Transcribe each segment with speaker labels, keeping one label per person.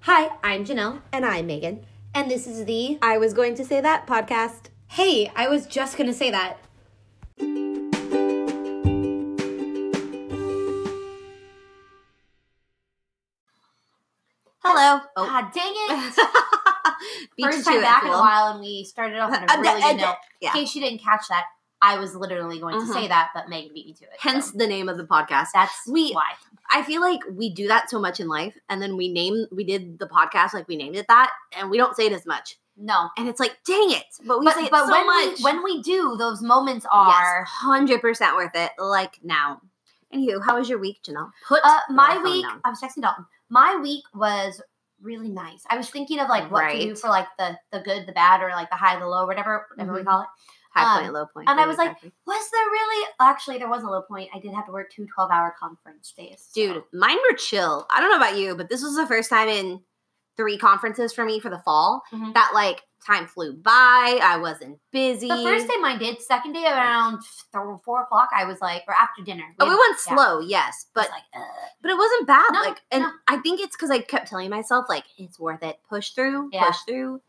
Speaker 1: Hi, I'm Janelle. And I'm Megan. And this is the I Was Going to Say That podcast. Hey, I was just going to say that.
Speaker 2: Hello.
Speaker 1: God dang it.
Speaker 2: Beat Oh. you
Speaker 1: First
Speaker 2: to
Speaker 1: time
Speaker 2: it,
Speaker 1: back in a
Speaker 2: fool.
Speaker 1: while, and we started off on
Speaker 2: Uh,
Speaker 1: a really
Speaker 2: uh,
Speaker 1: good note.
Speaker 2: yeah.
Speaker 1: In case you didn't catch that, I was literally going to
Speaker 2: Mhm.
Speaker 1: say that, but Megan beat me to it. so
Speaker 2: Hence the name of the podcast.
Speaker 1: that's
Speaker 2: we-
Speaker 1: why.
Speaker 2: I feel like we do that so much in life, and then we name we did the podcast like we named it that, and we don't say it as much.
Speaker 1: No.
Speaker 2: And it's like, dang it! But we
Speaker 1: But,
Speaker 2: say it
Speaker 1: but
Speaker 2: so
Speaker 1: when,
Speaker 2: much.
Speaker 1: We, when we do, those moments are.
Speaker 2: hundred percent worth it. Like now. Anywho, how was your week, Janelle? Put
Speaker 1: Uh,
Speaker 2: your
Speaker 1: my
Speaker 2: phone
Speaker 1: week,
Speaker 2: down.
Speaker 1: I was texting Dalton. My week was really nice. I was thinking of like what to do
Speaker 2: Right.
Speaker 1: for like the the good, the bad, or like the high, the low, whatever whatever we
Speaker 2: Mhm.
Speaker 1: call it.
Speaker 2: high
Speaker 1: um,
Speaker 2: point, low point.
Speaker 1: and I
Speaker 2: good,
Speaker 1: was like,
Speaker 2: bad point.
Speaker 1: Was there really? Actually, there was a low point. I did have to work two 12 hour conference days. so-
Speaker 2: dude, mine were chill. I don't know about you, but this was the first time in three conferences for me for the fall
Speaker 1: Mhm.
Speaker 2: that like time flew by. I wasn't busy.
Speaker 1: The first day mine did. Second day around th- four o'clock, I was like, or after dinner.
Speaker 2: Oh, it
Speaker 1: had-
Speaker 2: went
Speaker 1: yeah,
Speaker 2: slow, yes,
Speaker 1: I was
Speaker 2: but
Speaker 1: like, "Ugh."
Speaker 2: but it wasn't bad.
Speaker 1: No,
Speaker 2: like, and
Speaker 1: no.
Speaker 2: I think it's because I kept telling myself like it's worth it. Push through,
Speaker 1: Yeah.
Speaker 2: push through.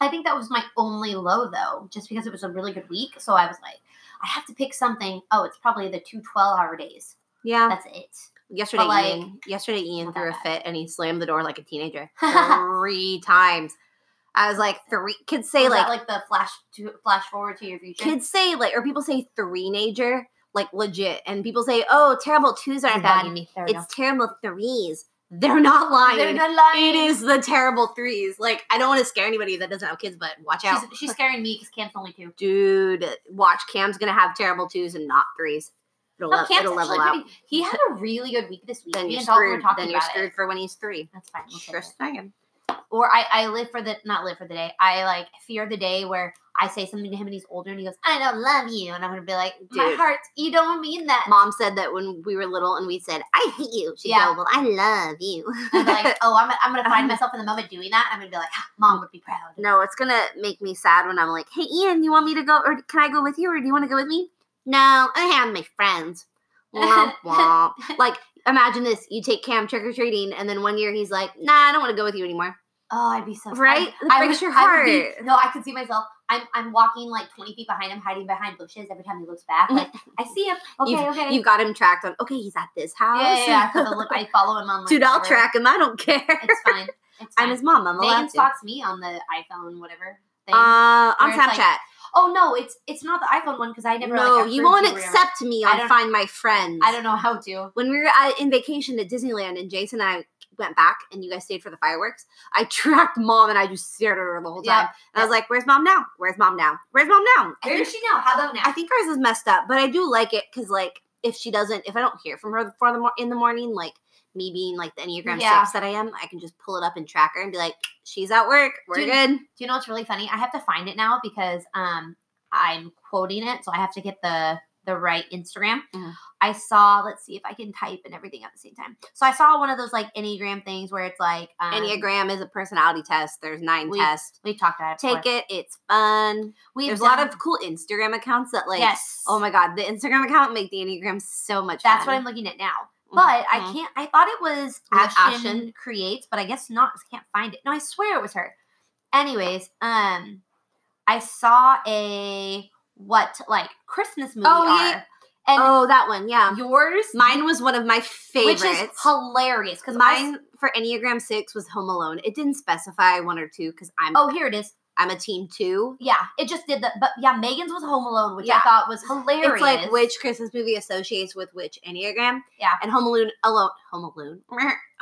Speaker 1: I think that was my only low though, just because it was a really good week. So I was like, I have to pick something. Oh, it's probably the two 12 hour days.
Speaker 2: Yeah.
Speaker 1: That's it.
Speaker 2: yesterday,
Speaker 1: like,
Speaker 2: Ian, yesterday Ian
Speaker 1: not that
Speaker 2: threw a
Speaker 1: bad.
Speaker 2: fit and he slammed the door like a teenager three times. I was like three. Kids say
Speaker 1: Was
Speaker 2: like,
Speaker 1: that like the flash to flash forward to your future.
Speaker 2: kids say like or people say three-nager like legit, and people say oh terrible twos
Speaker 1: This
Speaker 2: aren't
Speaker 1: is
Speaker 2: bad.
Speaker 1: bugging me. There we go.
Speaker 2: It's terrible threes. They're not lying.
Speaker 1: They're not lying.
Speaker 2: It is the terrible threes. Like I don't want to scare anybody that doesn't have kids, but watch out.
Speaker 1: She's, she's scaring me because Cam's only two.
Speaker 2: dude, watch Cam's gonna have terrible twos and not threes. It'll,
Speaker 1: No,
Speaker 2: lev-
Speaker 1: Cam's
Speaker 2: it'll
Speaker 1: actually
Speaker 2: level out.
Speaker 1: pretty- He had a really good week this week.
Speaker 2: Then
Speaker 1: Me
Speaker 2: you're
Speaker 1: and Dalton
Speaker 2: screwed.
Speaker 1: Were talking
Speaker 2: Then you're
Speaker 1: about
Speaker 2: screwed
Speaker 1: It.
Speaker 2: for when he's three.
Speaker 1: That's fine. we'll take it.
Speaker 2: Just saying.
Speaker 1: Or I, I live for the not live for the day. I like fear the day where I say something to him and he's older and he goes, "I don't love you," and I'm gonna be like, "My
Speaker 2: Dude.
Speaker 1: heart, you don't mean that."
Speaker 2: Mom said that when we were little and we said, "I hate you," she'd
Speaker 1: Yeah.
Speaker 2: go, "Well, I love you."
Speaker 1: I'm like, "Oh, I'm, I'm gonna
Speaker 2: Um,
Speaker 1: find myself in the moment doing that." I'm gonna be like, "Ah, "Mom would be proud."
Speaker 2: no, it's gonna make me sad when I'm like, "Hey, Ian, you want me to go, or can I go with you, or do you want to go with me?" No, I have my friends. Womp womp. like, imagine this: you take Cam trick or treating, and then one year he's like, "Nah, I don't want to go with you anymore."
Speaker 1: Oh, I'd be so
Speaker 2: Right? It
Speaker 1: I, I
Speaker 2: breaks
Speaker 1: would-
Speaker 2: your
Speaker 1: I would be-
Speaker 2: heart.
Speaker 1: no, I could see myself. I'm I'm walking like 20 feet behind him, hiding behind bushes. Every time he looks back, like I see him. Okay, okay.
Speaker 2: You've got him tracked on. Okay, he's at this house.
Speaker 1: yeah, yeah, yeah, 'cause I look- I follow him on. Like,
Speaker 2: Dude, I'll
Speaker 1: whatever.
Speaker 2: track him. I don't care.
Speaker 1: It's fine. It's fine.
Speaker 2: I'm his mom. I'm
Speaker 1: Megan
Speaker 2: allowed to.
Speaker 1: stalks me on the iPhone, whatever thing.
Speaker 2: Uh, on
Speaker 1: where it's like,
Speaker 2: Snapchat.
Speaker 1: oh no, it's it's not the iPhone one because I never.
Speaker 2: no,
Speaker 1: like,
Speaker 2: you
Speaker 1: approved
Speaker 2: won't
Speaker 1: you were-
Speaker 2: accept me
Speaker 1: I
Speaker 2: on
Speaker 1: don't-
Speaker 2: Find My Friends.
Speaker 1: I don't know how to.
Speaker 2: When we were at, in vacation at Disneyland and Jason and I went back and you guys stayed for the fireworks, I tracked mom and I just stared at her the whole time.
Speaker 1: Yeah,
Speaker 2: and I was like, "Where's mom now? Where's mom now? Where's mom now?" I
Speaker 1: Where
Speaker 2: think,
Speaker 1: is she now? How about now?
Speaker 2: I think ours is messed up, but I do like it because like if she doesn't, if I don't hear from her for the mor- in the morning, like me being like the Enneagram
Speaker 1: Yeah.
Speaker 2: six that I am, I can just pull it up and track her and be like, "She's at work. We're
Speaker 1: Dude,
Speaker 2: good."
Speaker 1: Do you know what's really funny? I have to find it now because um I'm quoting it, so I have to get the the right Instagram.
Speaker 2: Mhm.
Speaker 1: I saw. Let's see if I can type and everything at the same time. So I saw one of those like Enneagram things where it's like um,
Speaker 2: Enneagram is a personality test. There's nine
Speaker 1: We-
Speaker 2: tests.
Speaker 1: We've talked about it.
Speaker 2: Take it. It's fun.
Speaker 1: We've
Speaker 2: There's a lot
Speaker 1: done-
Speaker 2: of cool Instagram accounts that like.
Speaker 1: um yes.
Speaker 2: Oh my god, the Instagram account make the Enneagram so much.
Speaker 1: That's what
Speaker 2: fun.
Speaker 1: I'm looking at now. But I
Speaker 2: Mhm.
Speaker 1: can't. I thought it was
Speaker 2: Was it
Speaker 1: Ashton,
Speaker 2: Ashton?
Speaker 1: creates, but I guess not. 'cause I can't find it. No, I swear it was her. Anyways, um, I saw a what like Christmas movie
Speaker 2: Oh, yeah,
Speaker 1: are, and
Speaker 2: Oh, that one. Yeah,
Speaker 1: yours,
Speaker 2: mine was one of my favorites.
Speaker 1: which is hilarious because mine.
Speaker 2: mine for Enneagram six was Home Alone. It didn't specify one or two because I'm
Speaker 1: oh, here it is.
Speaker 2: I'm a team two.
Speaker 1: Yeah, it just did that. But yeah, Megan's was Home Alone, which I
Speaker 2: Yeah.
Speaker 1: thought was hilarious.
Speaker 2: It's like which Christmas movie associates with which Enneagram.
Speaker 1: Yeah.
Speaker 2: and Home Alone alone Home Alone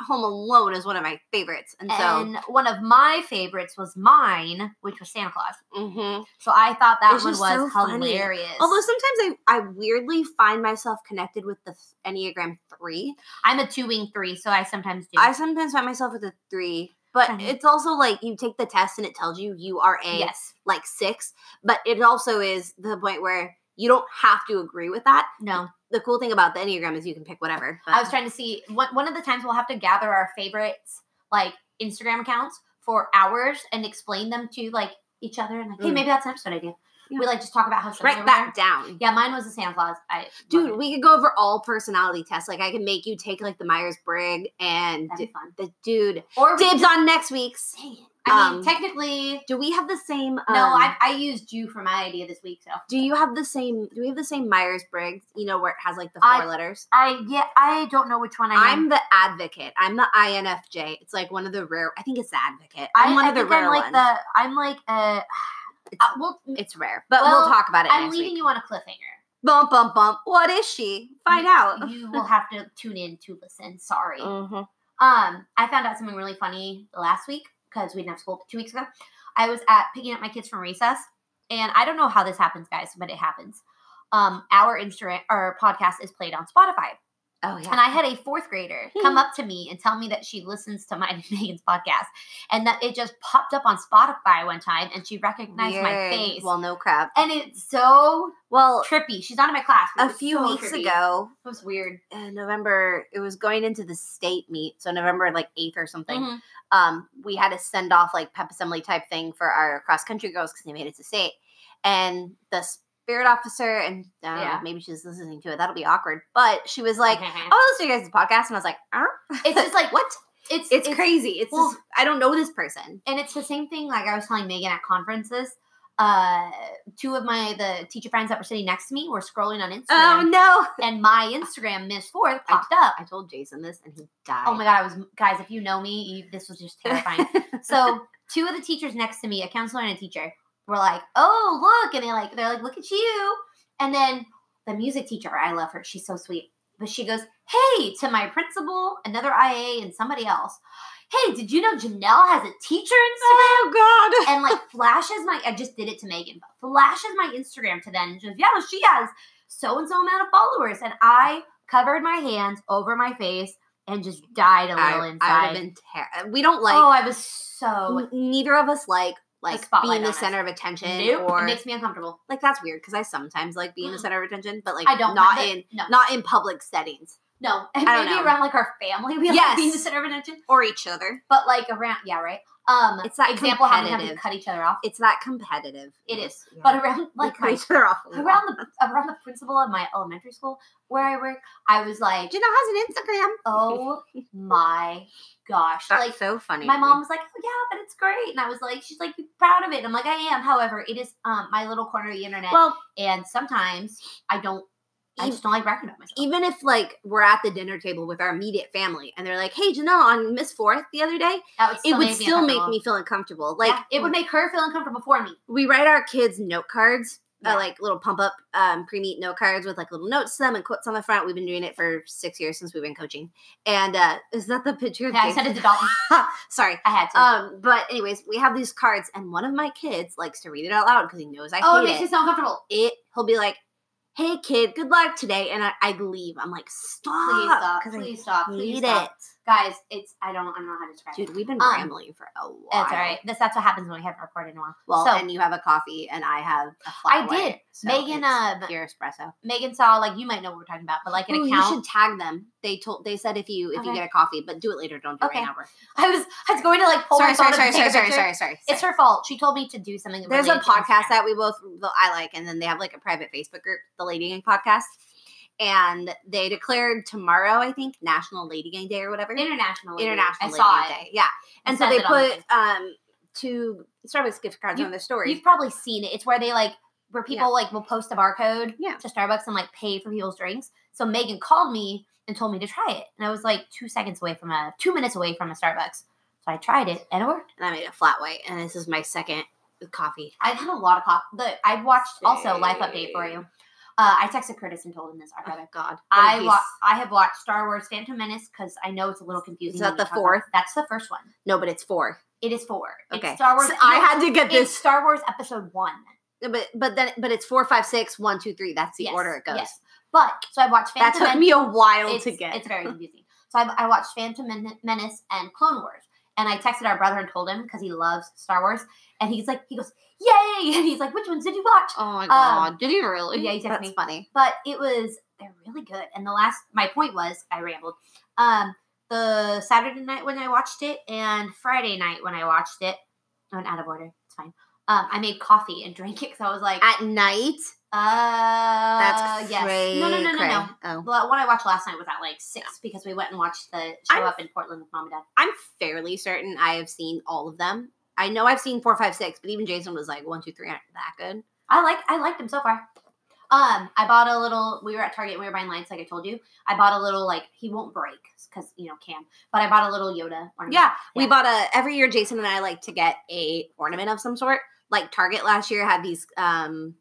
Speaker 2: Home Alone is one of my favorites, and, so
Speaker 1: And one of my favorites was mine, which was Santa Claus.
Speaker 2: mhm.
Speaker 1: So I thought that
Speaker 2: It's
Speaker 1: one
Speaker 2: just so
Speaker 1: was
Speaker 2: funny.
Speaker 1: hilarious.
Speaker 2: Although sometimes I, I weirdly find myself connected with the th- Enneagram three.
Speaker 1: I'm a two wing three, so I sometimes do.
Speaker 2: I sometimes find myself with a three, but
Speaker 1: Mhm.
Speaker 2: it's also like you take the test and it tells you you are a
Speaker 1: yes.
Speaker 2: like six, but it also is the point where you don't have to agree with that.
Speaker 1: No.
Speaker 2: The cool thing about the Enneagram is you can pick whatever.
Speaker 1: I was trying to see one, one of the times we'll have to gather our favorites, like Instagram accounts for hours and explain them to like each other and like, hey,
Speaker 2: Mm.
Speaker 1: maybe that's an episode idea. We like just talk about how similar
Speaker 2: Write
Speaker 1: we
Speaker 2: that
Speaker 1: are.
Speaker 2: down.
Speaker 1: Yeah, mine was the Santa Claus. I love
Speaker 2: Dude,
Speaker 1: it.
Speaker 2: we could go over all personality tests. Like I could make you take like the Myers Briggs and
Speaker 1: that'd be fun.
Speaker 2: the dude.
Speaker 1: Or we,
Speaker 2: Dibs on next week's.
Speaker 1: dang it. I mean,
Speaker 2: um,
Speaker 1: technically,
Speaker 2: Do we have the same?
Speaker 1: no.
Speaker 2: um,
Speaker 1: I, I used you for my idea this week, so
Speaker 2: Do you have the same? Do we have the same Myers Briggs? You know where it has like the four
Speaker 1: I-
Speaker 2: letters.
Speaker 1: I yeah. I don't know which one I am.
Speaker 2: I'm the advocate. I'm the INFJ. It's like one of the rare. I think it's the advocate.
Speaker 1: I-
Speaker 2: I'm one
Speaker 1: I
Speaker 2: of the
Speaker 1: think
Speaker 2: rare
Speaker 1: I'm like
Speaker 2: ones.
Speaker 1: the. I'm like uh, uh, well,
Speaker 2: it's rare, but
Speaker 1: Well,
Speaker 2: we'll talk about it.
Speaker 1: I'm
Speaker 2: next
Speaker 1: leaving
Speaker 2: week.
Speaker 1: you on a cliffhanger.
Speaker 2: Bump, bump, bump. What is she? Find out.
Speaker 1: You will have to tune in to listen. Sorry.
Speaker 2: Mhm.
Speaker 1: Um, I found out something really funny last week because we didn't have school two weeks ago. I was at picking up my kids from recess, and I don't know how this happens, guys, but it happens. Um, our Instagram our podcast is played on Spotify,
Speaker 2: Oh yeah. Hmm.
Speaker 1: and I had a fourth grader come up to me and tell me that she listens to mine and Megan's podcast, and that it just popped up on Spotify one time, and she recognized my
Speaker 2: Weird.
Speaker 1: face.
Speaker 2: Well, no crap.
Speaker 1: and it's so
Speaker 2: Well,
Speaker 1: trippy. She's not in my class. but it
Speaker 2: a
Speaker 1: was
Speaker 2: few
Speaker 1: so
Speaker 2: weeks
Speaker 1: trippy.
Speaker 2: ago,
Speaker 1: it was weird.
Speaker 2: uh, November, it was going into the state meet, so November like eighth or something. um, we had a send off like pep assembly type thing for our cross country girls because they made it to state. And the spirit officer, and I don't know,
Speaker 1: Yeah.
Speaker 2: maybe she's listening to it. That'll be awkward. But she was like, "Oh, listen to you guys' podcast," and I was like, "Huh?"
Speaker 1: It's just like
Speaker 2: "What?
Speaker 1: it's
Speaker 2: It's, crazy. It's
Speaker 1: well-
Speaker 2: just, I don't know this person."
Speaker 1: and it's the same thing like i was telling megan at conferences uh two of my the teacher friends that were sitting next to me were scrolling on
Speaker 2: Oh
Speaker 1: instagram
Speaker 2: no!
Speaker 1: and my instagram miss fourth popped up
Speaker 2: I told Jason this, and he died.
Speaker 1: oh my god i was guys if you know me you, this was just terrifying so two of the teachers next to me a counselor and a teacher were like oh look and they like they're like look at you and then the music teacher i love her she's so sweet but she goes hey to my principal another ia and somebody else hey did you know janelle has a teacher instagram
Speaker 2: oh god!
Speaker 1: and like flashes my I just did it to Megan, but flashes my Instagram to them and just yeah, she has so and so amount of followers. And I covered my hands over my face and just died a little
Speaker 2: I, I
Speaker 1: inside.
Speaker 2: would have been terrified. We don't like.
Speaker 1: oh, I was so
Speaker 2: n- neither of us like like
Speaker 1: spotlight
Speaker 2: being the
Speaker 1: on us.
Speaker 2: center of attention
Speaker 1: nope.
Speaker 2: or
Speaker 1: it makes me uncomfortable.
Speaker 2: like that's weird because I sometimes like being the center of attention, but like
Speaker 1: I don't
Speaker 2: not
Speaker 1: but-
Speaker 2: in
Speaker 1: no
Speaker 2: not in public settings
Speaker 1: no and
Speaker 2: I don't
Speaker 1: maybe
Speaker 2: know.
Speaker 1: around like our family we like
Speaker 2: Yes.
Speaker 1: being the center of attention,
Speaker 2: or each other.
Speaker 1: but like around yeah right. Um,
Speaker 2: It's that
Speaker 1: example how we have to
Speaker 2: competitive.
Speaker 1: cut each other off,
Speaker 2: It's that competitive.
Speaker 1: It
Speaker 2: is,
Speaker 1: but around like my,
Speaker 2: each other off. a lot.
Speaker 1: around the around the principal of my elementary school where I work, I was like.
Speaker 2: Janelle has an Instagram.
Speaker 1: Oh my gosh.
Speaker 2: That's
Speaker 1: like
Speaker 2: so funny.
Speaker 1: my
Speaker 2: to me.
Speaker 1: mom was like, Oh yeah, but it's great. And I was like, She's like, You're proud of it. And I'm like, I am. However, it is um my little corner of the internet.
Speaker 2: Well,
Speaker 1: and sometimes I don't I
Speaker 2: Ev-
Speaker 1: just don't like bragging about myself.
Speaker 2: even if like we're at the dinner table with our immediate family and they're like, "Hey, Janelle, on Miss Fourth the other day,"
Speaker 1: That would
Speaker 2: it would
Speaker 1: make
Speaker 2: still make
Speaker 1: uncomfortable.
Speaker 2: me feel uncomfortable. Like
Speaker 1: Yeah, it would make her feel uncomfortable for me.
Speaker 2: we write our kids note cards,
Speaker 1: Yeah.
Speaker 2: uh, like little pump up um, pre meet note cards with like little notes to them and quotes on the front. We've been doing it for six years since we've been coaching. And uh, is that the picture? of
Speaker 1: Yeah, I
Speaker 2: Jason?
Speaker 1: sent it to Dalton.
Speaker 2: Sorry.
Speaker 1: I had to.
Speaker 2: Um, but anyways, we have these cards, and one of my kids likes to read it out loud because he knows I
Speaker 1: oh, it
Speaker 2: hate
Speaker 1: makes
Speaker 2: it.
Speaker 1: me so uncomfortable.
Speaker 2: it. He'll be like, "Hey, kid, good luck today," and I, I leave. I'm like, "Stop!"
Speaker 1: Please stop.
Speaker 2: Ah, 'cause I
Speaker 1: Please stop. Please
Speaker 2: hate
Speaker 1: stop.
Speaker 2: it,
Speaker 1: Guys, it's I don't I don't know how to describe it.
Speaker 2: dude. We've been
Speaker 1: Um,
Speaker 2: rambling for a while.
Speaker 1: That's all right. That's that's what happens when we haven't recorded in a while.
Speaker 2: Well,
Speaker 1: So-
Speaker 2: and you have a coffee, and I have a
Speaker 1: I
Speaker 2: flat
Speaker 1: did.
Speaker 2: white, so
Speaker 1: Megan,
Speaker 2: it's
Speaker 1: um,
Speaker 2: pure espresso.
Speaker 1: Megan saw like you might know what we're talking about, but like an
Speaker 2: Ooh,
Speaker 1: account.
Speaker 2: You should tag them. They told they said if you if you
Speaker 1: Okay.
Speaker 2: get a coffee, but do it later. Don't do it
Speaker 1: Okay.
Speaker 2: right now. We're-
Speaker 1: I was I was going to like pull
Speaker 2: Sorry,
Speaker 1: my phone
Speaker 2: sorry,
Speaker 1: up
Speaker 2: sorry,
Speaker 1: and take
Speaker 2: sorry,
Speaker 1: a
Speaker 2: sorry,
Speaker 1: picture.
Speaker 2: sorry, sorry.
Speaker 1: It's her fault. She told me to do something.
Speaker 2: There's a
Speaker 1: related to
Speaker 2: podcast
Speaker 1: Instagram.
Speaker 2: that we both that I like, and then they have like a private Facebook group, the Lady Gang Podcast, and they declared tomorrow, I think, National Lady Gang Day or whatever,
Speaker 1: international. lady.
Speaker 2: International
Speaker 1: I
Speaker 2: Lady
Speaker 1: saw
Speaker 2: Gang
Speaker 1: it.
Speaker 2: Day. Yeah, and so
Speaker 1: says
Speaker 2: they
Speaker 1: it on the
Speaker 2: put um two Starbucks gift cards on their story.
Speaker 1: You've probably seen it. It's where they like where people
Speaker 2: Yeah.
Speaker 1: like will post a barcode
Speaker 2: Yeah.
Speaker 1: to Starbucks and like pay for people's drinks. So Megan called me and told me to try it, and I was like two seconds away from a two minutes away from a Starbucks. So I tried it and it worked.
Speaker 2: And I made a flat white, and this is my second coffee.
Speaker 1: I've had a lot of coffee. But I watched also life update for you. Uh, I texted Curtis and told him this. Our brother.
Speaker 2: Oh, God,
Speaker 1: I
Speaker 2: wa-
Speaker 1: wa- I have watched Star Wars Phantom Menace because I know it's a little confusing.
Speaker 2: that
Speaker 1: when you
Speaker 2: the
Speaker 1: talk about-
Speaker 2: fourth?
Speaker 1: That's the first one.
Speaker 2: no, but it's four.
Speaker 1: It is four.
Speaker 2: Okay,
Speaker 1: It's Star Wars.
Speaker 2: So I
Speaker 1: no,
Speaker 2: had to get
Speaker 1: it's
Speaker 2: this
Speaker 1: Star Wars Episode One.
Speaker 2: No, but but then but it's four, five, six, one, two, three. That's the
Speaker 1: Yes,
Speaker 2: order it goes.
Speaker 1: yes. But so I watched
Speaker 2: That
Speaker 1: Phantom
Speaker 2: took
Speaker 1: Men-
Speaker 2: me a while
Speaker 1: it's,
Speaker 2: to get.
Speaker 1: It's very confusing. So I, I watched Phantom Men- Menace and Clone Wars, and I texted our brother and told him because he loves Star Wars, and he's like, he goes, "Yay!" and he's like, "Which ones did you watch?"
Speaker 2: oh my
Speaker 1: God,
Speaker 2: Did he really?
Speaker 1: yeah, he texted
Speaker 2: That's
Speaker 1: me.
Speaker 2: funny.
Speaker 1: but it was they're really good. And the last my point was I rambled. Um, the Saturday night when I watched it and Friday night when I watched it, I went out of order. It's fine. um, I made coffee and drank it because I was like,
Speaker 2: At night?
Speaker 1: uh,
Speaker 2: That's
Speaker 1: yes.
Speaker 2: cray-
Speaker 1: No, no, no, no,
Speaker 2: cray.
Speaker 1: no.
Speaker 2: Oh.
Speaker 1: Well, one I watched last night was at like six because we went and watched the show
Speaker 2: I'm-
Speaker 1: up in Portland with mom and dad.
Speaker 2: I'm fairly certain I have seen all of them. I know I've seen four, five, six, but even Jason was like one, two, three aren't that good.
Speaker 1: I like I liked them so far. Um, I bought a little. We were at Target. and We were buying lights, like I told you. I bought a little like he won't break because you know Cam. But I bought a little Yoda. Ornament.
Speaker 2: Um, Yeah, we
Speaker 1: Yeah.
Speaker 2: bought a every year. Jason and I like to get a ornament of some sort. Like Target last year had these. um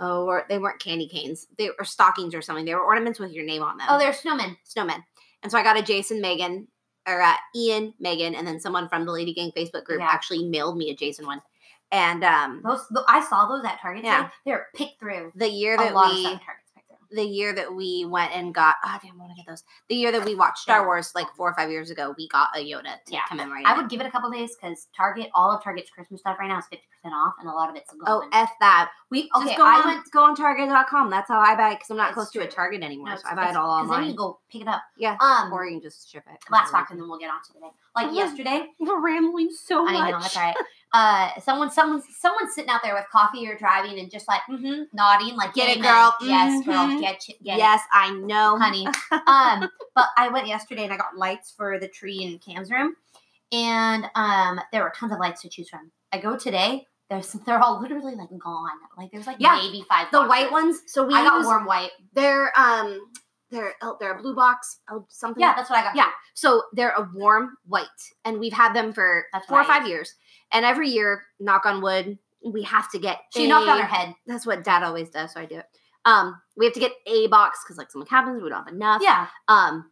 Speaker 2: Oh, or they weren't candy canes. They were stockings or something. They were ornaments with your name on them.
Speaker 1: Oh, they're snowmen.
Speaker 2: snowmen. And so I got a Jason Megan or uh, Ian Megan, and then someone from the Lady Gang Facebook group
Speaker 1: Yeah.
Speaker 2: actually mailed me a Jason one. And um,
Speaker 1: Those th- I saw those at Target. today.
Speaker 2: Yeah.
Speaker 1: they're picked through.
Speaker 2: the year
Speaker 1: A
Speaker 2: that
Speaker 1: lot of
Speaker 2: we
Speaker 1: stuff at Target's picked through.
Speaker 2: the year that we went and got oh damn, I want to get those. The year that we watched Star
Speaker 1: Yeah.
Speaker 2: Wars, like four or five years ago, we got a Yoda to
Speaker 1: Yeah.
Speaker 2: commemorate.
Speaker 1: I
Speaker 2: it.
Speaker 1: would give it a couple days because Target, all of Target's Christmas stuff right now is fifty percent off, and a lot of it's gone.
Speaker 2: Oh, f that.
Speaker 1: we
Speaker 2: Just
Speaker 1: okay.
Speaker 2: go
Speaker 1: I
Speaker 2: on,
Speaker 1: went.
Speaker 2: go on Target.com. That's how I buy because I'm not
Speaker 1: It's
Speaker 2: close to a
Speaker 1: true.
Speaker 2: Target anymore,
Speaker 1: no,
Speaker 2: so I buy it all
Speaker 1: it's- 'cause Then you
Speaker 2: online.
Speaker 1: go pick it up.
Speaker 2: yeah,
Speaker 1: Um,
Speaker 2: or you can just ship it.
Speaker 1: last talk, and then we'll get on to today. Like
Speaker 2: Mhm.
Speaker 1: yesterday,
Speaker 2: We're rambling so much.
Speaker 1: I know that's all right. Uh, someone, someone, someone sitting out there with coffee or driving and just like
Speaker 2: Mhm.
Speaker 1: nodding, like
Speaker 2: Get it,
Speaker 1: "Amen.
Speaker 2: girl.
Speaker 1: Yes, girl.
Speaker 2: Mhm.
Speaker 1: Get, you, get
Speaker 2: Yes, I
Speaker 1: it,
Speaker 2: know,
Speaker 1: Oh, honey. um, but I went yesterday and I got lights for the tree in Cam's room, and um, there were tons of lights to choose from. I go today. There's, they're all literally like gone. Like there's like
Speaker 2: Yeah,
Speaker 1: maybe five.
Speaker 2: The white
Speaker 1: boxes.
Speaker 2: ones. So we
Speaker 1: I got
Speaker 2: use
Speaker 1: warm white.
Speaker 2: they're um they're oh, they're a blue box oh, something.
Speaker 1: Yeah, that's what I got.
Speaker 2: Yeah. So they're a warm white, and we've had them for
Speaker 1: That's
Speaker 2: four or
Speaker 1: what I
Speaker 2: five years. And every year, knock on wood, we have to get.
Speaker 1: She
Speaker 2: a-
Speaker 1: knocked on her head.
Speaker 2: That's what Dad always does, so I do it. Um, we have to get a box because like something happens, we don't have enough.
Speaker 1: Yeah.
Speaker 2: Um,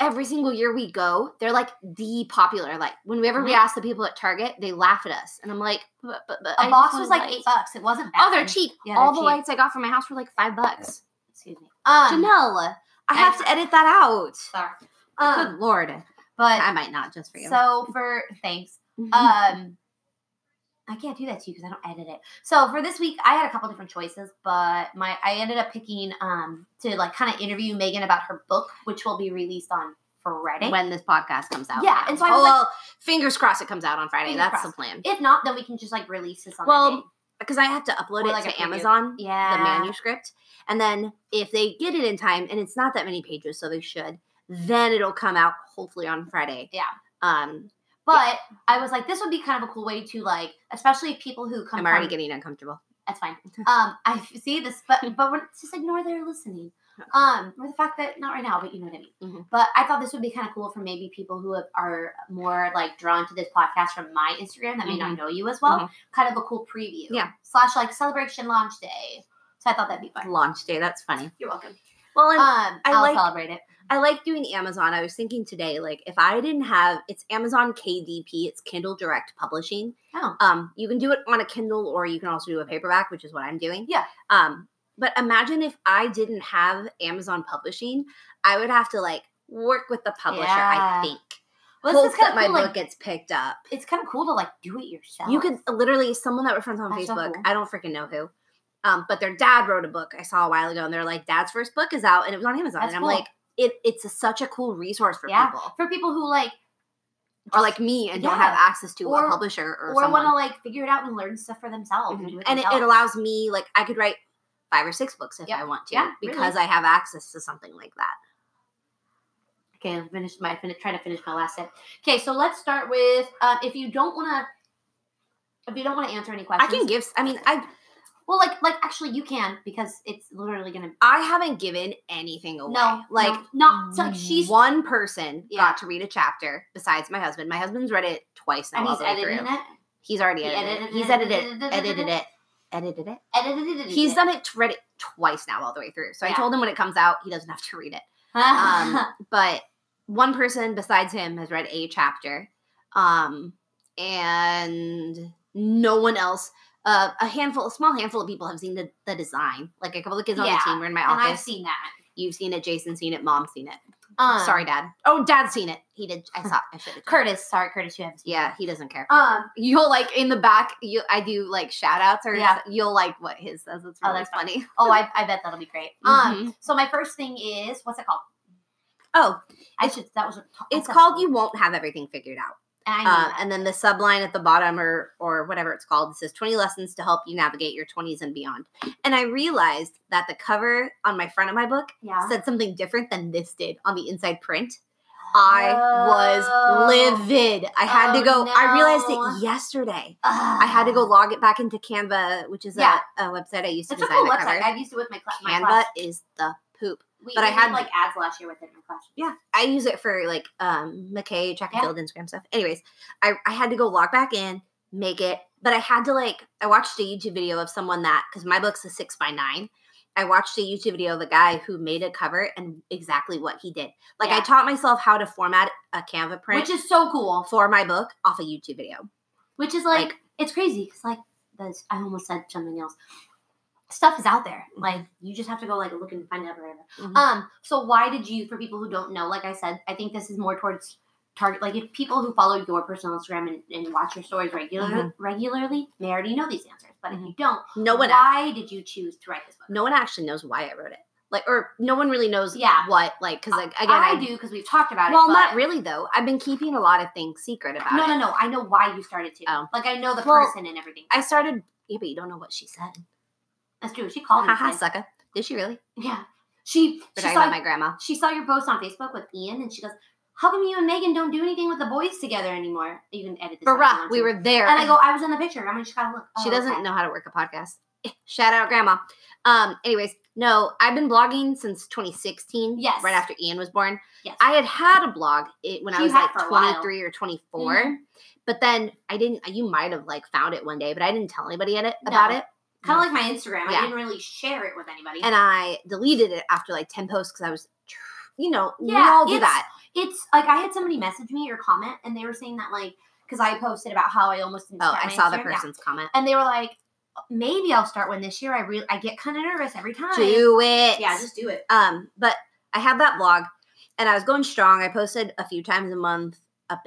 Speaker 2: every single year we go, they're like the popular. Like whenever we
Speaker 1: Mhm.
Speaker 2: ask the people at Target, they laugh at us, and I'm like, but, but, but I
Speaker 1: A
Speaker 2: just
Speaker 1: box
Speaker 2: wanted
Speaker 1: was like
Speaker 2: lights."
Speaker 1: eight bucks. It wasn't. Bad.
Speaker 2: Oh, they're cheap.
Speaker 1: Yeah,
Speaker 2: All
Speaker 1: they're
Speaker 2: the
Speaker 1: cheap.
Speaker 2: lights I got for my house were like five bucks.
Speaker 1: Excuse me. Um,
Speaker 2: Janelle, I
Speaker 1: I-
Speaker 2: have to edit that out.
Speaker 1: sorry.
Speaker 2: Good
Speaker 1: Um,
Speaker 2: lord.
Speaker 1: but
Speaker 2: I might not just for you.
Speaker 1: so for thanks.
Speaker 2: uh, Mm-hmm.
Speaker 1: Um, I can't do that to you because I don't edit it. So for this week, I had a couple different choices, but my I ended up picking um to like kind of interview Megan about her book, which will be released on Friday.
Speaker 2: when this podcast comes out.
Speaker 1: Yeah, and so I
Speaker 2: oh,
Speaker 1: was like-
Speaker 2: well, fingers crossed it comes out on Friday.
Speaker 1: Fingers
Speaker 2: That's the
Speaker 1: crossed.
Speaker 2: plan.
Speaker 1: if not, then we can just like release this on. that
Speaker 2: Well,
Speaker 1: day.
Speaker 2: Because I have to upload
Speaker 1: Or
Speaker 2: it
Speaker 1: like a
Speaker 2: to
Speaker 1: preview.
Speaker 2: Amazon,
Speaker 1: yeah,
Speaker 2: the manuscript. And then if they get it in time, and it's not that many pages, so they should, then it'll come out hopefully on Friday.
Speaker 1: Yeah.
Speaker 2: Um,
Speaker 1: But I was like, this would be kind of a cool way to like, especially people who come.
Speaker 2: I'm already
Speaker 1: from-
Speaker 2: getting uncomfortable.
Speaker 1: That's fine. Um, I f- see this, but but we're, just ignore their listening. Um, or the fact that not right now, but you know what I mean.
Speaker 2: Mhm.
Speaker 1: But I thought this would be kind of cool for maybe people who have, are more like drawn to this podcast from my Instagram that may not know you as well.
Speaker 2: Mhm.
Speaker 1: Kind of a cool preview,
Speaker 2: Yeah.
Speaker 1: Slash like celebration launch day. So I thought that'd be fun.
Speaker 2: Launch day. That's funny.
Speaker 1: You're welcome.
Speaker 2: Well, and
Speaker 1: Um, I
Speaker 2: I
Speaker 1: will
Speaker 2: like-
Speaker 1: celebrate it.
Speaker 2: I like doing Amazon. I was thinking today, like if I didn't have it's Amazon KDP, it's Kindle Direct Publishing.
Speaker 1: Oh.
Speaker 2: Um, you can do it on a Kindle or you can also do a paperback, which is what I'm doing.
Speaker 1: Yeah.
Speaker 2: Um, but imagine if I didn't have Amazon publishing, I would have to like work with the publisher,
Speaker 1: Yeah.
Speaker 2: I think.
Speaker 1: Well,
Speaker 2: Hope
Speaker 1: this is kind of
Speaker 2: that my
Speaker 1: cool. Like,
Speaker 2: book gets picked up.
Speaker 1: it's kind of cool to like do it yourself.
Speaker 2: You could uh, literally someone that we're friends on
Speaker 1: That's so
Speaker 2: Facebook.
Speaker 1: cool.
Speaker 2: I don't freaking know who. Um, but their dad wrote a book I saw a while ago, and they're like, "Dad's first book is out," and it was on Amazon.
Speaker 1: That's
Speaker 2: and I'm
Speaker 1: cool.
Speaker 2: like, "It it's a, such a cool resource for
Speaker 1: Yeah.
Speaker 2: people,
Speaker 1: for people who like
Speaker 2: or like me, and don't
Speaker 1: Yeah.
Speaker 2: have access to
Speaker 1: Or-
Speaker 2: a publisher or,
Speaker 1: or
Speaker 2: someone."
Speaker 1: want to like figure it out and learn stuff for themselves. And, do
Speaker 2: Mhm.
Speaker 1: it
Speaker 2: And it,
Speaker 1: themselves.
Speaker 2: it allows me, like, I could write five or six books if
Speaker 1: Yeah.
Speaker 2: I want to,
Speaker 1: Yeah, really.
Speaker 2: because I have access to something like that.
Speaker 1: Okay, I'm finished my fin- trying to finish my last sip. Okay, so let's start with uh, if you don't want to, if you don't want to answer any
Speaker 2: I
Speaker 1: questions,
Speaker 2: can give. s- I mean, I
Speaker 1: Well, like like actually, you can because it's literally gonna.
Speaker 2: I haven't given anything away.
Speaker 1: No,
Speaker 2: like.
Speaker 1: no, not so like she's.
Speaker 2: one person
Speaker 1: Yeah.
Speaker 2: got to read a chapter besides my husband. My husband's read it twice now.
Speaker 1: and
Speaker 2: all
Speaker 1: he's
Speaker 2: the way
Speaker 1: editing
Speaker 2: through.
Speaker 1: it.
Speaker 2: He's already
Speaker 1: He
Speaker 2: edited. it.
Speaker 1: edited
Speaker 2: He's
Speaker 1: it,
Speaker 2: edited it.
Speaker 1: edited it, edited
Speaker 2: Edited it. Edited it.
Speaker 1: Edited it.
Speaker 2: He's done it. Read it twice now, all the way through. So I
Speaker 1: Yeah.
Speaker 2: told him when it comes out, he doesn't have to read it. Um, but one person besides him has read a chapter, um, and no one else. Uh, a handful, a small handful of people have seen the, the design. Like a couple of kids on
Speaker 1: Yeah,
Speaker 2: the team were in my
Speaker 1: and I've
Speaker 2: office.
Speaker 1: seen that.
Speaker 2: You've seen it. Jason's seen it. Mom's seen it.
Speaker 1: Um,
Speaker 2: Sorry, Dad. Oh, Dad's seen it. He did. I saw. I should have.
Speaker 1: Curtis. Sorry, Curtis. You haven't. Seen
Speaker 2: Yeah, he doesn't care.
Speaker 1: it. Um.
Speaker 2: You'll like in the back. You, I do like shout outs or
Speaker 1: Yeah.
Speaker 2: you'll like what his says. It's
Speaker 1: Oh,
Speaker 2: really
Speaker 1: that's fine.
Speaker 2: funny.
Speaker 1: Oh, I, I bet that'll be great. Um.
Speaker 2: Mhm.
Speaker 1: So my first thing is what's it called?
Speaker 2: Oh,
Speaker 1: I should. That was. a-
Speaker 2: it's
Speaker 1: that's a-
Speaker 2: called "You Won't Have Everything Figured Out."
Speaker 1: I knew
Speaker 2: Uh,
Speaker 1: that.
Speaker 2: and then the subline at the bottom or or whatever it's called says 20 lessons to help you navigate your 20s and beyond. And I realized that the cover on my front of my book
Speaker 1: yeah.
Speaker 2: said something different than this did on the inside print. I was
Speaker 1: Oh.
Speaker 2: livid. I had to
Speaker 1: Oh,
Speaker 2: go. I realized
Speaker 1: no.
Speaker 2: it yesterday.
Speaker 1: Ugh.
Speaker 2: I had to go log it back into Canva, which is
Speaker 1: Yeah.
Speaker 2: a, a website I used to
Speaker 1: It's a
Speaker 2: design
Speaker 1: cool
Speaker 2: the
Speaker 1: website.
Speaker 2: cover.
Speaker 1: I've used it with my, cla- my
Speaker 2: Canva
Speaker 1: class.
Speaker 2: is the poop.
Speaker 1: We,
Speaker 2: but
Speaker 1: we
Speaker 2: I had-
Speaker 1: did, like ads last year with it in my class.
Speaker 2: Yeah, I use it for like um McKay track and
Speaker 1: Yeah.
Speaker 2: field Instagram stuff. Anyways, I I had to go log back in, make it, but I had to like I watched a YouTube video of someone that because my book's a six by nine. I watched a YouTube video of a guy who made a cover and exactly what he did. Like I
Speaker 1: Yeah.
Speaker 2: taught myself how to format a Canva print
Speaker 1: Which is so cool.
Speaker 2: for my book off a YouTube video.
Speaker 1: Which is
Speaker 2: Like-
Speaker 1: like, it's crazy because like that's I almost said something else. Stuff is out there.
Speaker 2: Mm-hmm.
Speaker 1: Like you just have to go like look and find it everywhere.
Speaker 2: Mhm.
Speaker 1: Um. So why did you? For people who don't know, like I said, I think this is more towards target. Like if people who follow your personal Instagram and, and watch your stories regular
Speaker 2: Mhm.
Speaker 1: regularly, they already know these answers. But if you don't,
Speaker 2: Mm-hmm. No one act-
Speaker 1: why did you choose to write this book?
Speaker 2: no one actually knows why I wrote it. Like or no one really knows
Speaker 1: Yeah.
Speaker 2: what like because like again
Speaker 1: I,
Speaker 2: I,
Speaker 1: do because we've talked about
Speaker 2: well
Speaker 1: it.
Speaker 2: not
Speaker 1: but-
Speaker 2: really though. I've been keeping a lot of things secret about
Speaker 1: No,
Speaker 2: it.
Speaker 1: no, no. I know why you started to.
Speaker 2: Oh.
Speaker 1: Like I know the
Speaker 2: Well,
Speaker 1: person and everything.
Speaker 2: I started. Yeah, but you don't know what she said.
Speaker 1: That's true. She called me.
Speaker 2: Haha,
Speaker 1: today.
Speaker 2: sucker. Did she really?
Speaker 1: Yeah. She
Speaker 2: We're
Speaker 1: she
Speaker 2: talking
Speaker 1: saw,
Speaker 2: about my grandma.
Speaker 1: she saw your post on Facebook with Ian, and she goes, "How come you and Megan don't do anything with the boys together anymore?" You can edit this. out if you
Speaker 2: Bruh,
Speaker 1: want
Speaker 2: we
Speaker 1: to.
Speaker 2: were there.
Speaker 1: And I go, "I was in the picture." I mean, she gotta look.
Speaker 2: she
Speaker 1: Oh,
Speaker 2: doesn't
Speaker 1: okay.
Speaker 2: know how to work a podcast. Shout out, grandma. Um. Anyways, no, I've been blogging since 2016.
Speaker 1: Yes.
Speaker 2: Right after Ian was born.
Speaker 1: Yes.
Speaker 2: I had had a blog it, when I
Speaker 1: You
Speaker 2: was
Speaker 1: had
Speaker 2: like
Speaker 1: for a while.
Speaker 2: 23 or 24, but then I didn't. You might have like found it one day, but I didn't tell anybody at it,
Speaker 1: No.
Speaker 2: about it.
Speaker 1: kind of like my Instagram.
Speaker 2: Yeah.
Speaker 1: I didn't really share it with anybody.
Speaker 2: And I deleted it after like 10 posts because I was, tr- you know, we
Speaker 1: Yeah,
Speaker 2: all do
Speaker 1: it's-
Speaker 2: that.
Speaker 1: it's like I had somebody message me or comment, and they were saying that like because I posted about how I almost didn't.
Speaker 2: Oh,
Speaker 1: start
Speaker 2: I
Speaker 1: my
Speaker 2: saw the
Speaker 1: Instagram. Yeah.
Speaker 2: person's comment.
Speaker 1: and they were like, "Oh, "Maybe I'll start one this year." I really I get kind of nervous every time.
Speaker 2: Do it.
Speaker 1: Yeah, just do it.
Speaker 2: Um, but I had that blog and I was going strong. I posted a few times a month up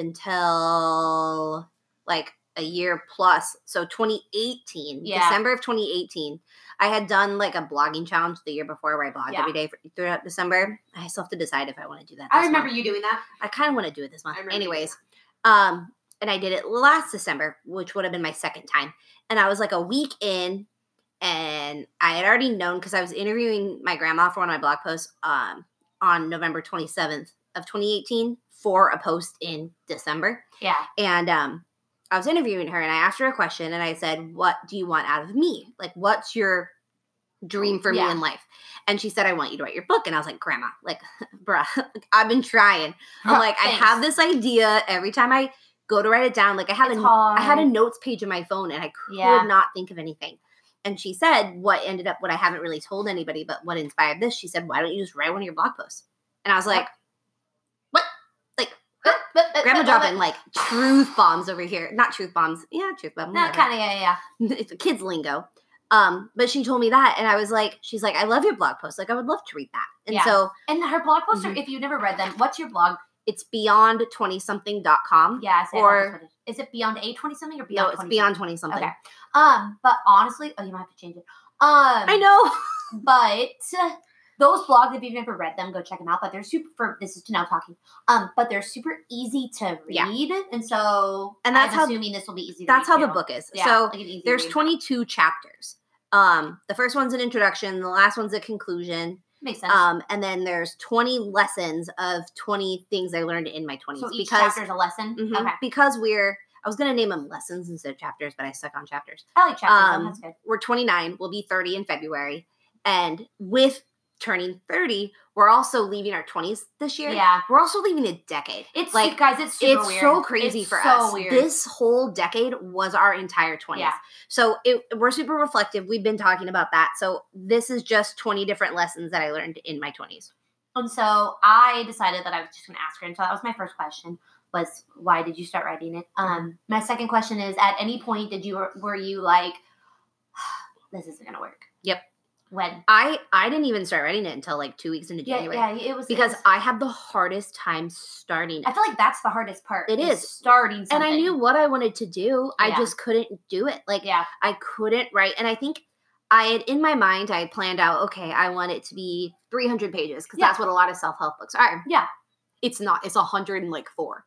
Speaker 2: until like a year plus. So 2018,
Speaker 1: Yeah.
Speaker 2: December of 2018, I had done like a blogging challenge the year before where I blogged
Speaker 1: Yeah.
Speaker 2: every day for, throughout December. I still have to decide if I want to do that.
Speaker 1: I
Speaker 2: this
Speaker 1: remember
Speaker 2: month.
Speaker 1: you doing that.
Speaker 2: I kind of want to do it this month.
Speaker 1: I remember you doing
Speaker 2: Anyways, um, and I did it last December, which would have been my second time. And I was like a week in, and I had already known because I was interviewing my grandma for one of my blog posts um, on November 27th of 2018 for a post in December.
Speaker 1: Yeah.
Speaker 2: And um, I was interviewing her, and I asked her a question, and I said, "What do you want out of me? Like, what's your dream for me
Speaker 1: Yeah.
Speaker 2: in life?" And she said, "I want you to write your book." And I was like, "Grandma, like, bruh, I've been trying." I'm like, I have this idea every time I go to write it down. Like I have
Speaker 1: It's
Speaker 2: a,
Speaker 1: hard.
Speaker 2: I had a notes page in my phone and I could
Speaker 1: Yeah.
Speaker 2: not think of anything. And she said, what ended up, what I haven't really told anybody, but what inspired this, she said, why don't you just write one of your blog posts? And I was like, grandma dropping like truth bombs over here. Not truth bombs. Yeah, truth bomb.
Speaker 1: That
Speaker 2: whatever.
Speaker 1: kind of yeah, yeah, yeah.
Speaker 2: it's kids lingo. Um, but she told me that and I was like, she's like, I love your blog post. Like I would love to read that. And
Speaker 1: Yeah.
Speaker 2: so
Speaker 1: And her blog posts are
Speaker 2: Mhm.
Speaker 1: if you've never read them, what's your blog?
Speaker 2: it's beyond 20 something.com.
Speaker 1: Yeah, I said
Speaker 2: Or-
Speaker 1: is it beyond a twenty something or beyond?
Speaker 2: No, it's
Speaker 1: 20
Speaker 2: beyond 20 something.
Speaker 1: Okay. Um, but honestly, oh, you might have to change it. Um,
Speaker 2: I know.
Speaker 1: But those blogs, if you've never read them, go check them out. But they're super. For, this is to now talking. Um, but they're super easy to
Speaker 2: Yeah.
Speaker 1: read, and so
Speaker 2: And that's
Speaker 1: I'm
Speaker 2: how-
Speaker 1: assuming this will be easy. To
Speaker 2: That's
Speaker 1: read
Speaker 2: how the
Speaker 1: too.
Speaker 2: book is.
Speaker 1: Yeah,
Speaker 2: so
Speaker 1: like an easy
Speaker 2: there's
Speaker 1: read.
Speaker 2: 22 chapters. Um, the first one's an introduction, the last one's a conclusion,
Speaker 1: makes sense.
Speaker 2: um, and then there's 20 lessons of 20 things I learned in my 20s.
Speaker 1: so each
Speaker 2: because
Speaker 1: chapter's a lesson.
Speaker 2: Mhm,
Speaker 1: Okay,
Speaker 2: because we're I was gonna name them lessons instead of chapters, but I stuck on chapters.
Speaker 1: I like chapters. though,
Speaker 2: um,
Speaker 1: that's good.
Speaker 2: We're 29, we'll be 30 in February, and with turning 30, we're also leaving our 20s this year.
Speaker 1: Yeah,
Speaker 2: We're also leaving a decade.
Speaker 1: it's
Speaker 2: like,
Speaker 1: like guys, it's super
Speaker 2: it's
Speaker 1: weird.
Speaker 2: so crazy
Speaker 1: It's
Speaker 2: for
Speaker 1: so
Speaker 2: us.
Speaker 1: Weird.
Speaker 2: This whole decade was our entire 20s.
Speaker 1: Yeah.
Speaker 2: So it, we're super reflective. We've been talking about that. So this is just 20 different lessons that I learned in my 20s.
Speaker 1: And Um, so I decided that I was just going to ask her. And so that was my first question was why did you start writing it? Um, my second question is at any point did you were you like this isn't going to work?
Speaker 2: Yep.
Speaker 1: When?
Speaker 2: I I didn't even start writing it until like two weeks into
Speaker 1: Yeah,
Speaker 2: January
Speaker 1: yeah, it was it
Speaker 2: because
Speaker 1: was-
Speaker 2: I had the hardest time starting it.
Speaker 1: I feel like that's the hardest part.
Speaker 2: It is.
Speaker 1: starting
Speaker 2: and
Speaker 1: something.
Speaker 2: I knew what I wanted to do. I
Speaker 1: Yeah.
Speaker 2: just couldn't do it. Like
Speaker 1: yeah,
Speaker 2: I couldn't write. And I think I had in my mind, I had planned out, okay, I want it to be 300 pages because
Speaker 1: Yeah.
Speaker 2: that's what a lot of self help books are.
Speaker 1: Yeah.
Speaker 2: It's not, it's 104.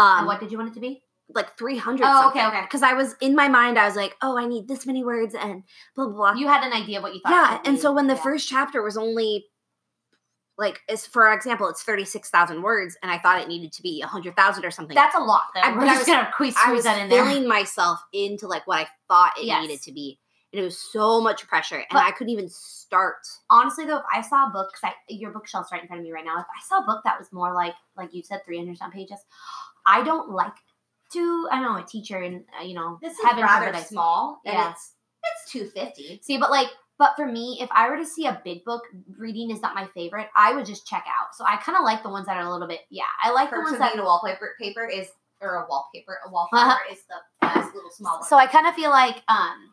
Speaker 1: and
Speaker 2: Um,
Speaker 1: what did you want it to be?
Speaker 2: like 300
Speaker 1: Oh, okay,
Speaker 2: something.
Speaker 1: okay.
Speaker 2: Because I was in my mind, I was like, oh, I need this many words and blah, blah, blah.
Speaker 1: You had an idea of what you thought. it
Speaker 2: yeah.
Speaker 1: would
Speaker 2: And
Speaker 1: be.
Speaker 2: so when the
Speaker 1: Yeah.
Speaker 2: first chapter was only like, is for example, it's 36,000 words and I thought it needed to be 100,000 or something.
Speaker 1: that's a lot. Though.
Speaker 2: I-
Speaker 1: We're
Speaker 2: but I
Speaker 1: just
Speaker 2: was-
Speaker 1: gonna squeeze
Speaker 2: I was
Speaker 1: that in there.
Speaker 2: filling myself into like what I thought it
Speaker 1: Yes.
Speaker 2: needed to be. And it was so much pressure and
Speaker 1: But-
Speaker 2: I couldn't even start.
Speaker 1: honestly though, if I saw a book, cause I, your bookshelf's right in front of me right now. If I saw a book that was more like, like you said, three hundred some pages, I don't like to. I know I'm a teacher, and uh, you know,
Speaker 3: This is
Speaker 1: heaven
Speaker 3: rather
Speaker 1: forbid I-
Speaker 3: small, and
Speaker 1: Yeah.
Speaker 3: it's it's two fifty.
Speaker 1: See, but like, but for me, if I were to see a big book, reading is not my favorite. I would just check out. So I kind of like the ones that are a little bit. Yeah, I like the ones that.
Speaker 3: a wallpaper paper is or a wallpaper a wallpaper is the best little small one.
Speaker 1: So I kind of feel like um,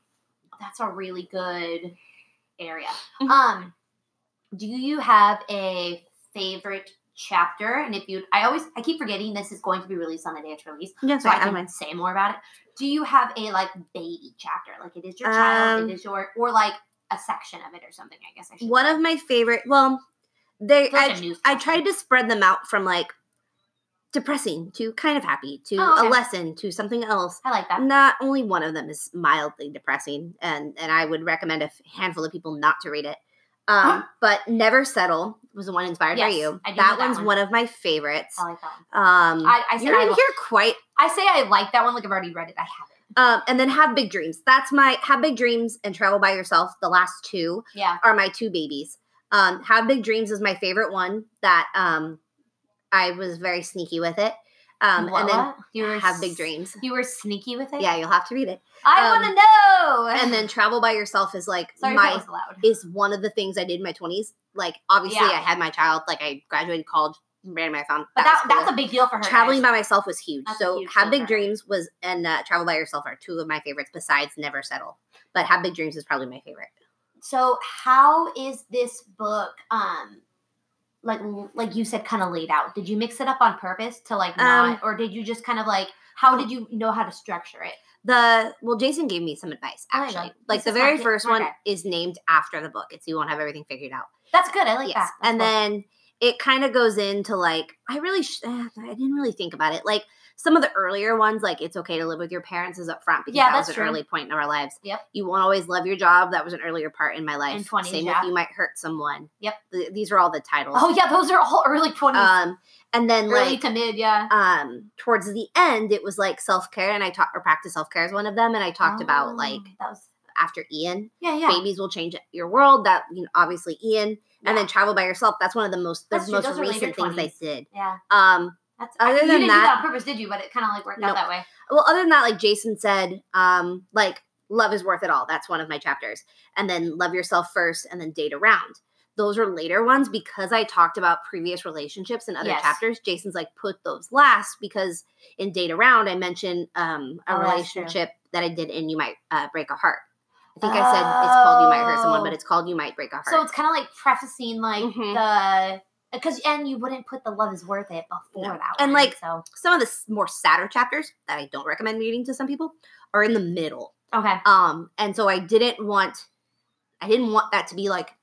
Speaker 1: that's a really good area.
Speaker 3: Mm-hmm.
Speaker 2: Mhm.
Speaker 1: Um, do you have a favorite chapter? And if you, I always, I keep forgetting this is going to be released on the day it's released,
Speaker 2: Yeah,
Speaker 1: so I can say more about it. Do you have a like baby chapter? Like it is your child,
Speaker 2: Um,
Speaker 1: it is your, or like a section of it or something? I guess I should.
Speaker 2: One of my favorite, well, they,
Speaker 1: It's like
Speaker 2: I,
Speaker 1: a news
Speaker 2: I
Speaker 1: flash.
Speaker 2: tried to spread them out from like depressing to kind of happy to
Speaker 1: Oh, okay.
Speaker 2: a lesson to something else.
Speaker 1: I like that.
Speaker 2: Not only one of them is mildly depressing, and and I would recommend a handful of people not to read it. Um, But Never Settle was the one inspired by
Speaker 1: Yes,
Speaker 2: you.
Speaker 1: I do know
Speaker 2: that
Speaker 1: that
Speaker 2: one's
Speaker 1: one.
Speaker 2: one of my favorites.
Speaker 1: I like that. One.
Speaker 2: Um,
Speaker 1: I, I said
Speaker 2: you're
Speaker 1: I,
Speaker 2: gonna
Speaker 1: li-
Speaker 2: hear quite
Speaker 1: I say I like that one. Like I've already read it. I haven't.
Speaker 2: Um, and then have big dreams. That's my have big dreams and travel by yourself. The last two
Speaker 1: Yeah.
Speaker 2: are my two babies. Um, have big dreams is my favorite one that um, I was very sneaky with it. Um,
Speaker 1: What-
Speaker 2: and then
Speaker 1: what? you were
Speaker 2: have big
Speaker 1: s-
Speaker 2: dreams.
Speaker 1: You were sneaky with it.
Speaker 2: Yeah, you'll have to read it.
Speaker 1: I
Speaker 2: Um,
Speaker 1: want to know.
Speaker 2: And then travel by yourself is like
Speaker 1: sorry, if that
Speaker 2: my
Speaker 1: was loud.
Speaker 2: is one of the things I did in my twenties. Like obviously
Speaker 1: Yeah.
Speaker 2: I had my child. Like I graduated college, ran a marathon.
Speaker 1: But
Speaker 2: that
Speaker 1: that,
Speaker 2: was cool.
Speaker 1: that's a big deal for her.
Speaker 2: traveling
Speaker 1: guys.
Speaker 2: by myself was huge.
Speaker 1: That's a
Speaker 2: so
Speaker 1: huge
Speaker 2: have
Speaker 1: deal for
Speaker 2: big
Speaker 1: her.
Speaker 2: dreams was and uh, travel by yourself are two of my favorites besides never settle. But have big dreams is probably my favorite.
Speaker 1: So how is this book um like like you said kind of laid out? Did you mix it up on purpose to like
Speaker 2: Um,
Speaker 1: not or did you just kind of like how did you know how to structure it?
Speaker 2: The well, Jason gave me some advice
Speaker 1: Oh, I like
Speaker 2: actually.
Speaker 1: that.
Speaker 2: Like
Speaker 1: This
Speaker 2: the
Speaker 1: is my
Speaker 2: very
Speaker 1: kid-
Speaker 2: first
Speaker 1: my
Speaker 2: one
Speaker 1: guy.
Speaker 2: is named after the book. It's you won't have everything figured out.
Speaker 1: That's good. I like
Speaker 2: yes,
Speaker 1: that. That's
Speaker 2: and
Speaker 1: cool.
Speaker 2: then it kind of goes into like I really sh- eh, I didn't really think about it. Like some of the earlier ones, like it's okay to live with your parents, is up front because
Speaker 1: Yeah,
Speaker 2: that was an
Speaker 1: that's true.
Speaker 2: early point in our lives.
Speaker 1: Yep.
Speaker 2: you won't always love your job. That was an earlier part in my life.
Speaker 1: 20s,
Speaker 2: Same
Speaker 1: yeah.
Speaker 2: with you might hurt someone.
Speaker 1: Yep.
Speaker 2: Th- these are all the titles.
Speaker 1: Oh yeah, those are all early twenties,
Speaker 2: um and then
Speaker 1: early
Speaker 2: like
Speaker 1: to mid, yeah.
Speaker 2: um towards the end it was like self-care and i taught or practice self-care is one of them and i talked about like
Speaker 1: Oh, that was
Speaker 2: after ian
Speaker 1: yeah, yeah.
Speaker 2: babies will change your world that you know obviously ian and then travel by yourself that's one of the most the
Speaker 1: That's true,
Speaker 2: most
Speaker 1: those are later
Speaker 2: recent things i
Speaker 1: 20s.
Speaker 2: did
Speaker 1: Yeah,
Speaker 2: um
Speaker 1: that's.
Speaker 2: Other
Speaker 1: you
Speaker 2: than
Speaker 1: didn't do
Speaker 2: that-
Speaker 1: that on purpose, did you? But it kind of like worked
Speaker 2: Nope.
Speaker 1: out that way.
Speaker 2: well other than that like jason said um like love is worth it all that's one of my chapters and then love yourself first and then date around those are later ones because i talked about previous relationships in other
Speaker 1: Yes.
Speaker 2: chapters jason's like put those last because in date around i mentioned um a
Speaker 1: Oh, that's true.
Speaker 2: relationship that i did in you might uh, break a heart i think i said it's called you might hurt someone but
Speaker 1: Oh.
Speaker 2: it's called you might break a heart
Speaker 1: So it's kind of like prefacing like
Speaker 2: Mhm.
Speaker 1: the because and you wouldn't put the love is worth it before
Speaker 2: No.
Speaker 1: that
Speaker 2: And,
Speaker 1: one,
Speaker 2: like,
Speaker 1: so
Speaker 2: some of the s- more sadder chapters that i don't recommend reading to some people are in the middle
Speaker 1: okay
Speaker 2: um and so i didn't want i didn't want that to be like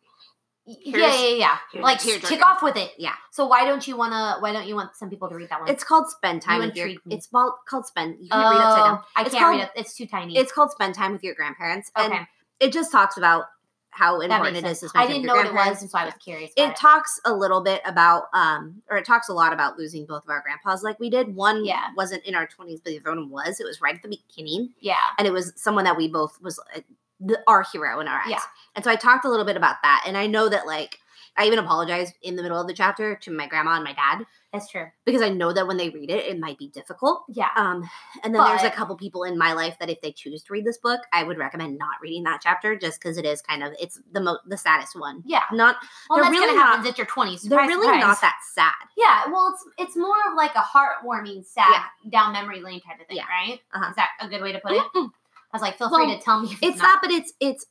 Speaker 1: yeah
Speaker 2: here's-
Speaker 1: yeah yeah
Speaker 2: here's
Speaker 1: like
Speaker 2: a tearjerker.
Speaker 1: kick off with it
Speaker 2: Yeah.
Speaker 1: so why don't you want to why don't you want some people to read that one
Speaker 2: It's called spend time with your.
Speaker 1: intrigued me.
Speaker 2: It's called called spend. You can't read upside down.
Speaker 1: Oh, I
Speaker 2: It's
Speaker 1: can't read
Speaker 2: called-
Speaker 1: it it's too tiny
Speaker 2: It's called spend time with your grandparents,
Speaker 1: okay
Speaker 2: and it just talks about how
Speaker 1: that
Speaker 2: important
Speaker 1: makes
Speaker 2: it
Speaker 1: sense
Speaker 2: is to spend
Speaker 1: I
Speaker 2: time
Speaker 1: didn't
Speaker 2: with
Speaker 1: know
Speaker 2: your
Speaker 1: what it was
Speaker 2: grandparents.
Speaker 1: and so I was curious
Speaker 2: It
Speaker 1: about
Speaker 2: talks a little bit about, um, or it talks a lot about losing both of our grandpas, like we did. One
Speaker 1: Yeah.
Speaker 2: wasn't in our twenties, but the other one was. It was right at the beginning,
Speaker 1: it. yeah
Speaker 2: and it was someone that we both was uh, the, our hero in our eyes.
Speaker 1: Yeah.
Speaker 2: And so I talked a little bit about that, and I know that like I even apologized in the middle of the chapter to my grandma and my dad
Speaker 1: that's true
Speaker 2: because I know that when they read it, it might be difficult.
Speaker 1: yeah
Speaker 2: Um, and then there's
Speaker 1: But-
Speaker 2: a couple people in my life that if they choose to read this book, I would recommend not reading that chapter just because it is kind of it's the most the saddest one.
Speaker 1: yeah
Speaker 2: Not
Speaker 1: well
Speaker 2: They're
Speaker 1: that's
Speaker 2: really
Speaker 1: gonna
Speaker 2: not-
Speaker 1: happen at your 20s
Speaker 2: they're
Speaker 1: Surprise,
Speaker 2: really
Speaker 1: surprise.
Speaker 2: not that sad.
Speaker 1: yeah well it's it's more of like a heartwarming sad down memory lane type of thing
Speaker 2: Yeah.
Speaker 1: right
Speaker 2: Uh-huh.
Speaker 1: is that a good way to put it
Speaker 2: Mm-mm.
Speaker 1: I was like feel free
Speaker 2: Well,
Speaker 1: to tell me if it's,
Speaker 2: It's
Speaker 1: not
Speaker 2: not, but it's it's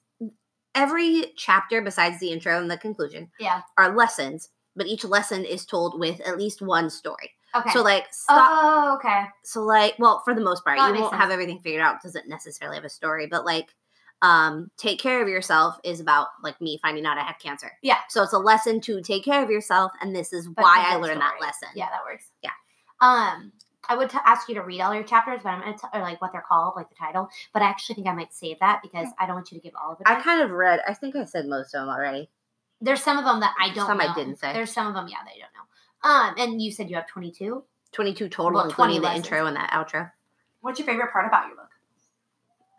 Speaker 2: every chapter besides the intro and the conclusion
Speaker 1: Yeah.
Speaker 2: are lessons, but each lesson is told with at least one story.
Speaker 1: okay
Speaker 2: So like stop.
Speaker 1: oh okay
Speaker 2: so like well for the most part
Speaker 1: Oh, that
Speaker 2: you
Speaker 1: makes
Speaker 2: won't have everything figured out doesn't necessarily have a story but like um take care of yourself is about like me finding out i had cancer
Speaker 1: Yeah.
Speaker 2: so it's a lesson to take care of yourself and this is
Speaker 1: But
Speaker 2: why
Speaker 1: with
Speaker 2: i
Speaker 1: that
Speaker 2: learned that
Speaker 1: story.
Speaker 2: lesson
Speaker 1: Yeah, that works.
Speaker 2: Yeah.
Speaker 1: Um, I would t- ask you to read all your chapters, but I'm gonna t- or like what they're called, like the title. But I actually think I might save that because I don't want you to give all of it.
Speaker 2: Mm. I
Speaker 1: away.
Speaker 2: kind of read. I think I said most of them already.
Speaker 1: There's some of them that I don't.
Speaker 2: Some I
Speaker 1: know.
Speaker 2: didn't say.
Speaker 1: There's some of them, yeah, that I don't know. Um, and you said you have 22.
Speaker 2: 22 total,
Speaker 1: Well, 20
Speaker 2: including the
Speaker 1: lessons.
Speaker 2: intro and the outro.
Speaker 1: What's your favorite part about your book?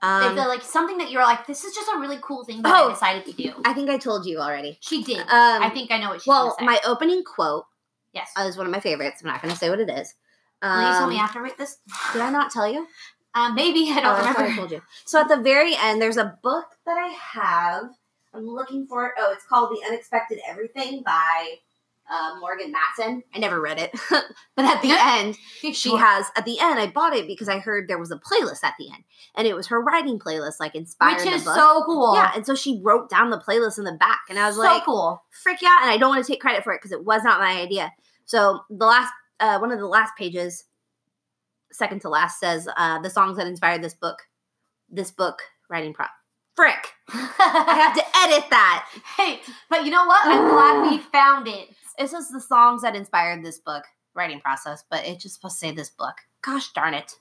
Speaker 2: Um,
Speaker 1: Is there like something that you're like, this is just a really cool thing that
Speaker 2: Oh.
Speaker 1: I decided to do?
Speaker 2: I think I told you already.
Speaker 1: She did.
Speaker 2: Um,
Speaker 1: I think I know what she's
Speaker 2: Well,
Speaker 1: gonna say.
Speaker 2: my opening quote
Speaker 1: yes.
Speaker 2: is one of my favorites. I'm not going to say what it is.
Speaker 1: Will you tell me
Speaker 2: Um,
Speaker 1: after this?
Speaker 2: Did I not tell you?
Speaker 1: Uh, maybe I
Speaker 2: Oh,
Speaker 1: don't
Speaker 2: I thought
Speaker 1: remember.
Speaker 2: I told you. So at the very end, there's a book that I have. I'm looking for it. Oh, it's called The Unexpected Everything by uh, Morgan Matson. I never read it, but at the end, she has. At the end, I bought it because I heard there was a playlist at the end, and it was her writing playlist, like inspired
Speaker 1: which
Speaker 2: the
Speaker 1: is
Speaker 2: book.
Speaker 1: so cool.
Speaker 2: yeah, and so she wrote down the playlist in the back, and I was
Speaker 1: so
Speaker 2: like,
Speaker 1: cool.
Speaker 2: freak yeah and i don't want to take credit for it because it was not my idea so the last uh, one of the last pages second to last says uh, the songs that inspired this book this book writing prop frick i have to edit that
Speaker 1: hey, but you know what? I'm glad we found it.
Speaker 2: it says the songs that inspired this book writing process but it's just supposed to say this book gosh darn it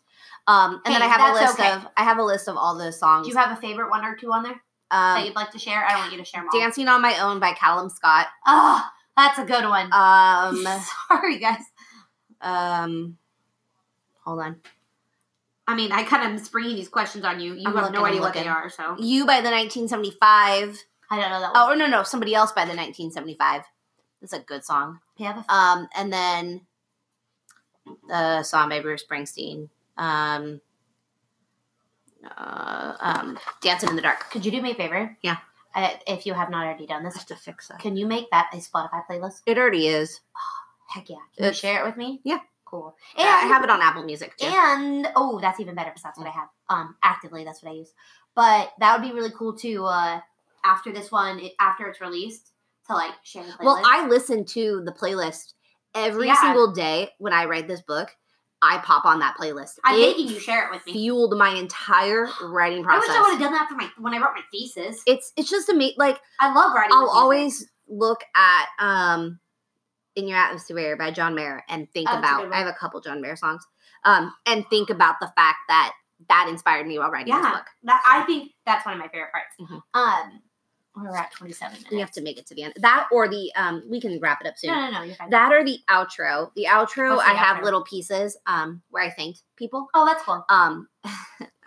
Speaker 2: um, and then
Speaker 1: Hey,
Speaker 2: i have a
Speaker 1: that's
Speaker 2: list
Speaker 1: okay.
Speaker 2: of i have a list of all those songs
Speaker 1: Do you have a favorite one or two on there that
Speaker 2: um,
Speaker 1: you'd like to share? I don't want you to share mine.
Speaker 2: dancing on my own by callum scott
Speaker 1: Oh, that's a good one.
Speaker 2: um,
Speaker 1: Sorry, guys.
Speaker 2: um, hold on
Speaker 1: I mean, I kind of am springing these questions on you. You
Speaker 2: I'm
Speaker 1: have
Speaker 2: looking,
Speaker 1: no
Speaker 2: I'm
Speaker 1: idea what they
Speaker 2: looking.
Speaker 1: are, so
Speaker 2: You by the 1975.
Speaker 1: I don't know that one.
Speaker 2: Oh no, no, somebody else by the 1975. That's a good song.
Speaker 1: Do you have a
Speaker 2: Um, and then the song by Bruce Springsteen. Um, uh, um, Dancing in the Dark.
Speaker 1: Could you do me a favor?
Speaker 2: Yeah.
Speaker 1: Uh, if you have not already done
Speaker 2: I
Speaker 1: this,
Speaker 2: have to fix that.
Speaker 1: can you make that a Spotify playlist?
Speaker 2: It already is.
Speaker 1: Heck yeah. Can
Speaker 2: It's-
Speaker 1: you share it with me?
Speaker 2: yeah.
Speaker 1: Cool.
Speaker 2: Yeah, I have it on Apple Music too.
Speaker 1: And oh, that's even better because that's what I have. Um, actively, that's what I use. But that would be really cool too. Uh, after this one, it, after it's released, to like share the playlist.
Speaker 2: Well, I listen to the playlist every
Speaker 1: Yeah.
Speaker 2: single day when I write this book. I pop on that playlist.
Speaker 1: I'm
Speaker 2: it
Speaker 1: making you share it with me.
Speaker 2: fueled my entire
Speaker 1: I
Speaker 2: writing process.
Speaker 1: wish I would have done that for my when I wrote my thesis.
Speaker 2: it's it's just amazing. Like
Speaker 1: I love writing.
Speaker 2: I'll
Speaker 1: with thesis.
Speaker 2: always look at um In Your Atmosphere by John Mayer and think
Speaker 1: Oh, that's a good
Speaker 2: about
Speaker 1: one.
Speaker 2: I have a couple John Mayer songs. Um and think about the fact that that inspired me while writing
Speaker 1: Yeah.
Speaker 2: this book.
Speaker 1: That I think that's one of my favorite parts.
Speaker 2: Mhm.
Speaker 1: Um, we're at 27 minutes.
Speaker 2: We have to make it to the end. That or the um we can wrap it up soon.
Speaker 1: No, no, no, you're fine.
Speaker 2: That or the outro. The outro
Speaker 1: What's the
Speaker 2: I have
Speaker 1: outro?
Speaker 2: little pieces um where I thanked people.
Speaker 1: oh, that's cool.
Speaker 2: Um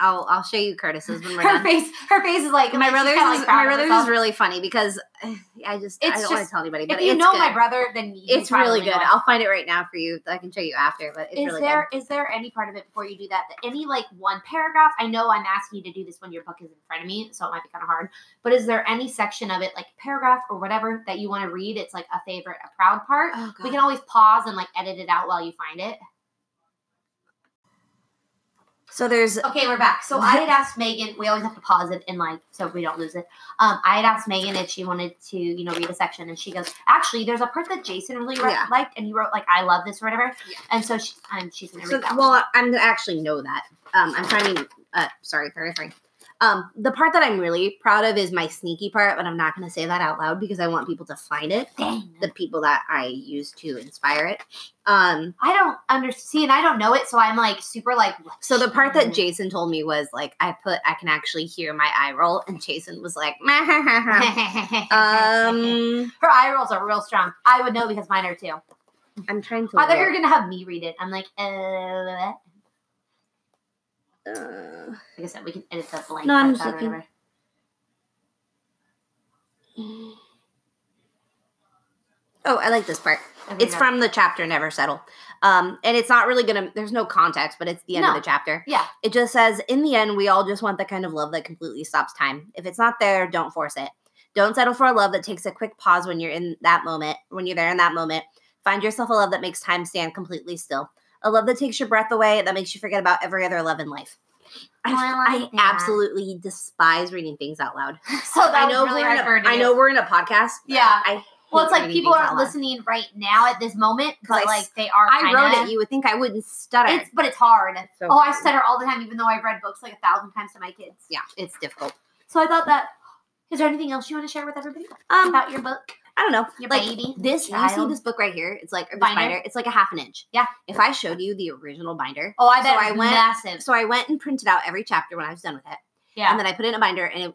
Speaker 2: I'll I'll show you Curtis's when we're
Speaker 1: her
Speaker 2: done.
Speaker 1: face, her face is like
Speaker 2: My
Speaker 1: like, she's
Speaker 2: brother's
Speaker 1: kinda,
Speaker 2: is,
Speaker 1: like, proud
Speaker 2: my
Speaker 1: of
Speaker 2: brother's
Speaker 1: herself.
Speaker 2: is really funny because uh, I just I
Speaker 1: It's
Speaker 2: don't want
Speaker 1: just-
Speaker 2: to tell anybody. But
Speaker 1: If you
Speaker 2: it's
Speaker 1: know
Speaker 2: good.
Speaker 1: my brother, then you
Speaker 2: It's really
Speaker 1: probably
Speaker 2: good.
Speaker 1: know it.
Speaker 2: I'll find it right now for you. I can show you after, but it's
Speaker 1: is
Speaker 2: really
Speaker 1: there is there any part of it before you do that that any like one paragraph i know i'm asking you to do this when your book is in front of me so it might be kind of hard but is there any section of it like paragraph or whatever that you want to read it's like a favorite a proud part
Speaker 2: good. Oh,
Speaker 1: we can always pause and like edit it out while you find it
Speaker 2: so there's
Speaker 1: okay we're back so i had asked megan we always have to pause it and like so we don't lose it um i had asked megan if she wanted to you know read a section and she goes actually there's a part that jason really re-
Speaker 2: Yeah.
Speaker 1: liked and you wrote like i love this or whatever
Speaker 2: Yeah.
Speaker 1: and so she, um, she's gonna read
Speaker 2: so,
Speaker 1: that one.
Speaker 2: well, I'm gonna actually know that. Um, I'm trying to. Uh, sorry, sorry, sorry. Um, the part that I'm really proud of is my sneaky part, but I'm not gonna say that out loud because I want people to find it.
Speaker 1: Dang.
Speaker 2: The people that I use to inspire it. Um,
Speaker 1: I don't understand. I don't know it, so I'm like super like. what
Speaker 2: so the part
Speaker 1: she-
Speaker 2: that Jason told me was like, I put, I can actually hear my eye roll, and Jason was like, "Meh, ha, ha, ha." um,
Speaker 1: her eye rolls are real strong. I would know because mine are too.
Speaker 2: I'm trying to.
Speaker 1: I thought you
Speaker 2: look.
Speaker 1: were gonna have me read it. I'm like, uh, like
Speaker 2: Uh,
Speaker 1: I said, we can edit the blank.
Speaker 2: No, I'm
Speaker 1: parts
Speaker 2: just
Speaker 1: out or
Speaker 2: looking.
Speaker 1: whatever.
Speaker 2: Oh, I like this part.
Speaker 1: Okay,
Speaker 2: It's
Speaker 1: no.
Speaker 2: from the chapter Never Settle. Um, and it's not really gonna there's no context, but it's the end of
Speaker 1: No.
Speaker 2: the chapter.
Speaker 1: Yeah.
Speaker 2: It just says, in the end, we all just want the kind of love that completely stops time. If it's not there, don't force it. Don't settle for a love that takes a quick pause when you're in that moment, when you're there in that moment. Find yourself a love that makes time stand completely still. A love that takes your breath away, that makes you forget about every other love in life. I,
Speaker 1: Oh, I
Speaker 2: I
Speaker 1: like that.
Speaker 2: absolutely despise reading things out loud.
Speaker 1: So that
Speaker 2: I know
Speaker 1: was really
Speaker 2: we're in
Speaker 1: hard
Speaker 2: a,
Speaker 1: for her to
Speaker 2: I
Speaker 1: do.
Speaker 2: know we're in a podcast. but
Speaker 1: Yeah.
Speaker 2: I hate
Speaker 1: Well, it's like
Speaker 2: reading
Speaker 1: people
Speaker 2: things out
Speaker 1: aren't
Speaker 2: loud.
Speaker 1: listening right now at this moment,
Speaker 2: Because I
Speaker 1: but
Speaker 2: s-
Speaker 1: like they are.
Speaker 2: I wrote
Speaker 1: kinda.
Speaker 2: it. You would think I wouldn't stutter.
Speaker 1: It's but it's hard.
Speaker 2: so
Speaker 1: Oh, I
Speaker 2: hard.
Speaker 1: stutter all the time, even though I've read books like a thousand times to my kids.
Speaker 2: Yeah, it's difficult.
Speaker 1: So I thought that. Is there anything else you want to share with everybody
Speaker 2: Um,
Speaker 1: about your book?
Speaker 2: I don't know.
Speaker 1: Your
Speaker 2: like
Speaker 1: baby,
Speaker 2: this,
Speaker 1: your
Speaker 2: you see
Speaker 1: child.
Speaker 2: this book right here? It's like or this
Speaker 1: Binder?
Speaker 2: binder. It's like a half an inch.
Speaker 1: Yeah.
Speaker 2: If I showed you the original binder,
Speaker 1: Oh, I
Speaker 2: So
Speaker 1: bet
Speaker 2: I
Speaker 1: it's
Speaker 2: went-
Speaker 1: massive.
Speaker 2: so I went and printed out every chapter when I was done with it,
Speaker 1: yeah.
Speaker 2: and then I put it in a binder, and it,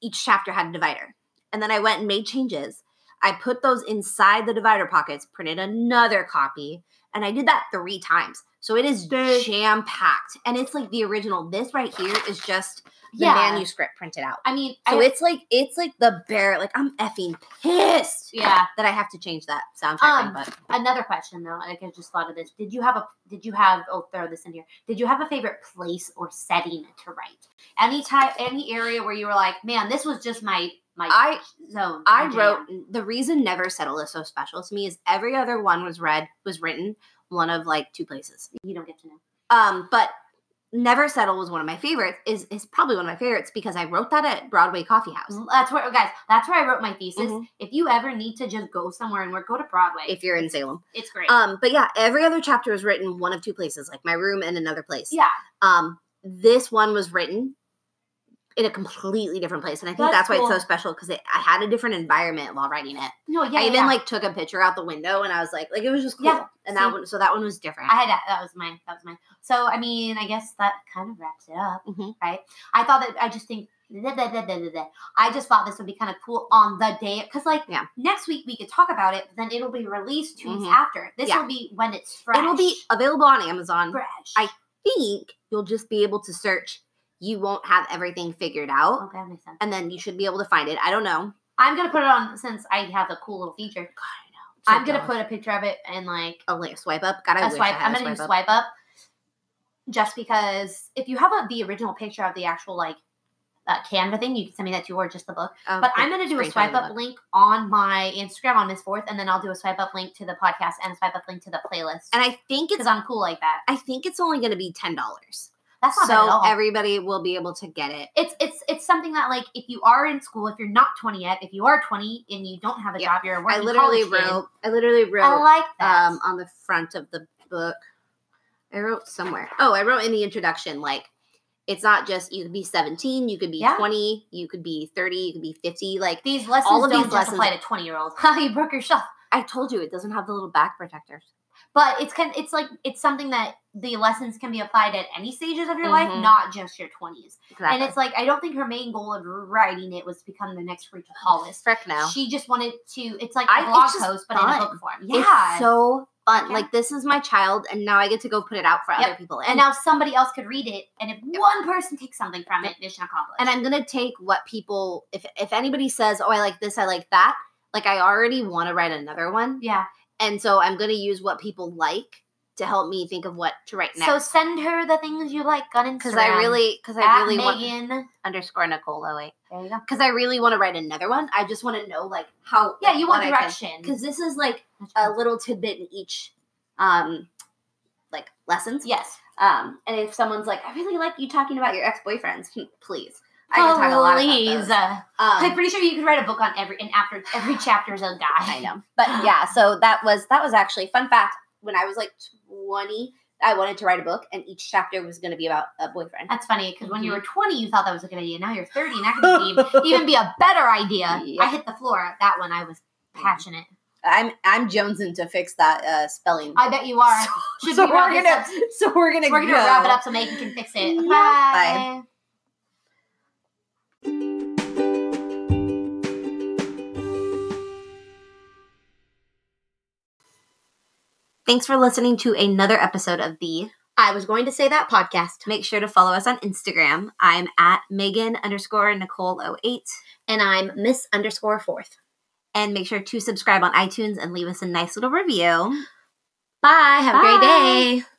Speaker 2: each chapter had a divider, and then I went and made changes. I put those inside the divider pockets, printed another copy, and I did that three times. So it is
Speaker 1: Dang.
Speaker 2: jam packed, and it's like the original. This right here is just the
Speaker 1: yeah.
Speaker 2: manuscript printed out.
Speaker 1: I mean,
Speaker 2: So
Speaker 1: I,
Speaker 2: it's like it's like the bear. Like I'm effing pissed.
Speaker 1: yeah.
Speaker 2: that I have to change that soundtrack.
Speaker 1: Um,
Speaker 2: but
Speaker 1: Another question though, like I just thought of this. Did you have a? Did you have? Oh, throw this in here. Did you have a favorite place or setting to write? Any type, any area where you were like, man, this was just my my
Speaker 2: I
Speaker 1: zone.
Speaker 2: I
Speaker 1: my jam."
Speaker 2: wrote the reason Never Settle is so special to me is every other one was read was written one of like two places.
Speaker 1: You don't get to know.
Speaker 2: Um, but Never Settle was one of my favorites. is is probably one of my favorites because I wrote that at Broadway Coffee House.
Speaker 1: That's where, guys. That's where I wrote my thesis.
Speaker 2: Mhm.
Speaker 1: If you ever need to just go somewhere and work, go to Broadway.
Speaker 2: If you're in Salem,
Speaker 1: it's great.
Speaker 2: um, but yeah, every other chapter was written one of two places, like my room and another place.
Speaker 1: yeah,
Speaker 2: Um, this one was written in a completely different place, and I think
Speaker 1: That's
Speaker 2: that's, why
Speaker 1: cool.
Speaker 2: it's so special because I had a different environment while writing it.
Speaker 1: no, yeah.
Speaker 2: I even
Speaker 1: yeah.
Speaker 2: like took a picture out the window and I was like, like it was just cool.
Speaker 1: Yeah,
Speaker 2: and
Speaker 1: see?
Speaker 2: that one, so that one was different.
Speaker 1: I had that. That was mine. That was mine. So I mean, I guess that kind of wraps it up,
Speaker 2: Mhm.
Speaker 1: right? I thought that I just think. da, da, da, da, da, da. I just thought this would be kind of cool on the day because, like,
Speaker 2: Yeah.
Speaker 1: next week we could talk about it, but then it'll be released 2 weeks
Speaker 2: Mhm.
Speaker 1: after. This
Speaker 2: Yeah.
Speaker 1: will be when it's fresh.
Speaker 2: It'll be available on Amazon.
Speaker 1: fresh.
Speaker 2: I- Think you'll just be able to search. You won't have everything figured out,
Speaker 1: okay, that makes sense.
Speaker 2: and then you should be able to find it. I don't know.
Speaker 1: I'm gonna put it on since I have the cool little feature. I'm gonna
Speaker 2: put
Speaker 1: put a picture of it and like
Speaker 2: a link, swipe up. God, I
Speaker 1: a
Speaker 2: wish I
Speaker 1: swipe.
Speaker 2: had
Speaker 1: I'm
Speaker 2: a
Speaker 1: gonna do
Speaker 2: swipe up.
Speaker 1: swipe up, just because if you have a, the original picture of the actual like uh, Canva thing, you can send me that too, or just the book.
Speaker 2: Oh,
Speaker 1: But
Speaker 2: yeah.
Speaker 1: I'm gonna do a
Speaker 2: screenshot
Speaker 1: swipe
Speaker 2: of the
Speaker 1: up
Speaker 2: book.
Speaker 1: link on my Instagram on Miss Fourth, and then I'll do a swipe up link to the podcast and a swipe up link to the playlist.
Speaker 2: and I think
Speaker 1: because
Speaker 2: it's
Speaker 1: I'm cool like that.
Speaker 2: I think it's only going to be ten dollars.
Speaker 1: That's not bad at
Speaker 2: So
Speaker 1: all.
Speaker 2: everybody will be able to get it.
Speaker 1: it's it's it's something that like if you are in school, if you're not 20 yet, if you are 20 and you don't have a
Speaker 2: Yeah.
Speaker 1: job, you're a
Speaker 2: I
Speaker 1: working
Speaker 2: literally
Speaker 1: college kid,
Speaker 2: wrote. I literally wrote.
Speaker 1: I like that.
Speaker 2: um, on the front of the book. I wrote somewhere. Oh, I wrote in the introduction, like, it's not just you could be 17, you could be
Speaker 1: Yeah.
Speaker 2: 20, you could be 30, you could be 50. Like,
Speaker 1: these lessons
Speaker 2: all of
Speaker 1: don't
Speaker 2: these
Speaker 1: just apply to
Speaker 2: lessons-
Speaker 1: 20 year olds. you broke your shelf.
Speaker 2: I told you it doesn't have the little back protectors.
Speaker 1: but it's kind it's like it's something that the lessons can be applied at any stages of your life
Speaker 2: Mhm.
Speaker 1: not just your 20s
Speaker 2: Exactly.
Speaker 1: and it's like i don't think her main goal of writing it was to become the next rachel hollis
Speaker 2: frick now.
Speaker 1: she just wanted to it's like a
Speaker 2: I- it's
Speaker 1: blog
Speaker 2: just
Speaker 1: post but in a
Speaker 2: fun.
Speaker 1: book form
Speaker 2: It's
Speaker 1: yeah
Speaker 2: so fun.
Speaker 1: Yeah.
Speaker 2: Like, this is my child, and now I get to go put it out for
Speaker 1: Yep.
Speaker 2: other people.
Speaker 1: and
Speaker 2: And,
Speaker 1: now somebody else could read it and if one person takes something from it mission accomplished
Speaker 2: and I'm going to take what people, if, if anybody says, oh, I like this, I like that, like, I already want to write another one.
Speaker 1: yeah
Speaker 2: And so I'm going to use what people like to help me think of what to write next.
Speaker 1: so send her the things you like on instagram
Speaker 2: because I really because I
Speaker 1: at
Speaker 2: really want
Speaker 1: megan
Speaker 2: underscore Nicole wait
Speaker 1: there you go
Speaker 2: because I really want to write another one. I just want to know like how
Speaker 1: yeah you want direction
Speaker 2: because this is like
Speaker 1: That's
Speaker 2: a
Speaker 1: fun.
Speaker 2: little tidbit in each um like lessons.
Speaker 1: yes
Speaker 2: Um, and if someone's like, I really like you talking about your ex boyfriends, please. I can talk a lot about
Speaker 1: Please.
Speaker 2: those. Um,
Speaker 1: I'm pretty sure you could write a book on every and after every chapter is a guy.
Speaker 2: I know, but yeah. So that was that was actually fun fact. When I was like twenty, I wanted to write a book, and each chapter was going to be about a boyfriend.
Speaker 1: That's funny because when you were
Speaker 2: Mm-hmm.
Speaker 1: 20, you thought that was a good idea. Now you're 30, and that could even, even be a better idea.
Speaker 2: Yeah. Mm.
Speaker 1: I hit the floor. That one, I was passionate.
Speaker 2: I'm I'm jonesing to fix that uh, spelling.
Speaker 1: I bet you are. Should we wrap this up?
Speaker 2: so we're gonna
Speaker 1: We're gonna wrap it up so Megan can fix it.
Speaker 2: Yeah.
Speaker 1: Bye.
Speaker 2: Thanks for listening to another episode of the I was going to say that podcast. Make sure to follow us on Instagram. I'm at Megan underscore Nicole 08. And I'm Miss underscore fourth. And make sure to subscribe on iTunes and leave us a nice little review. Bye. Have a great
Speaker 1: Bye.
Speaker 2: day.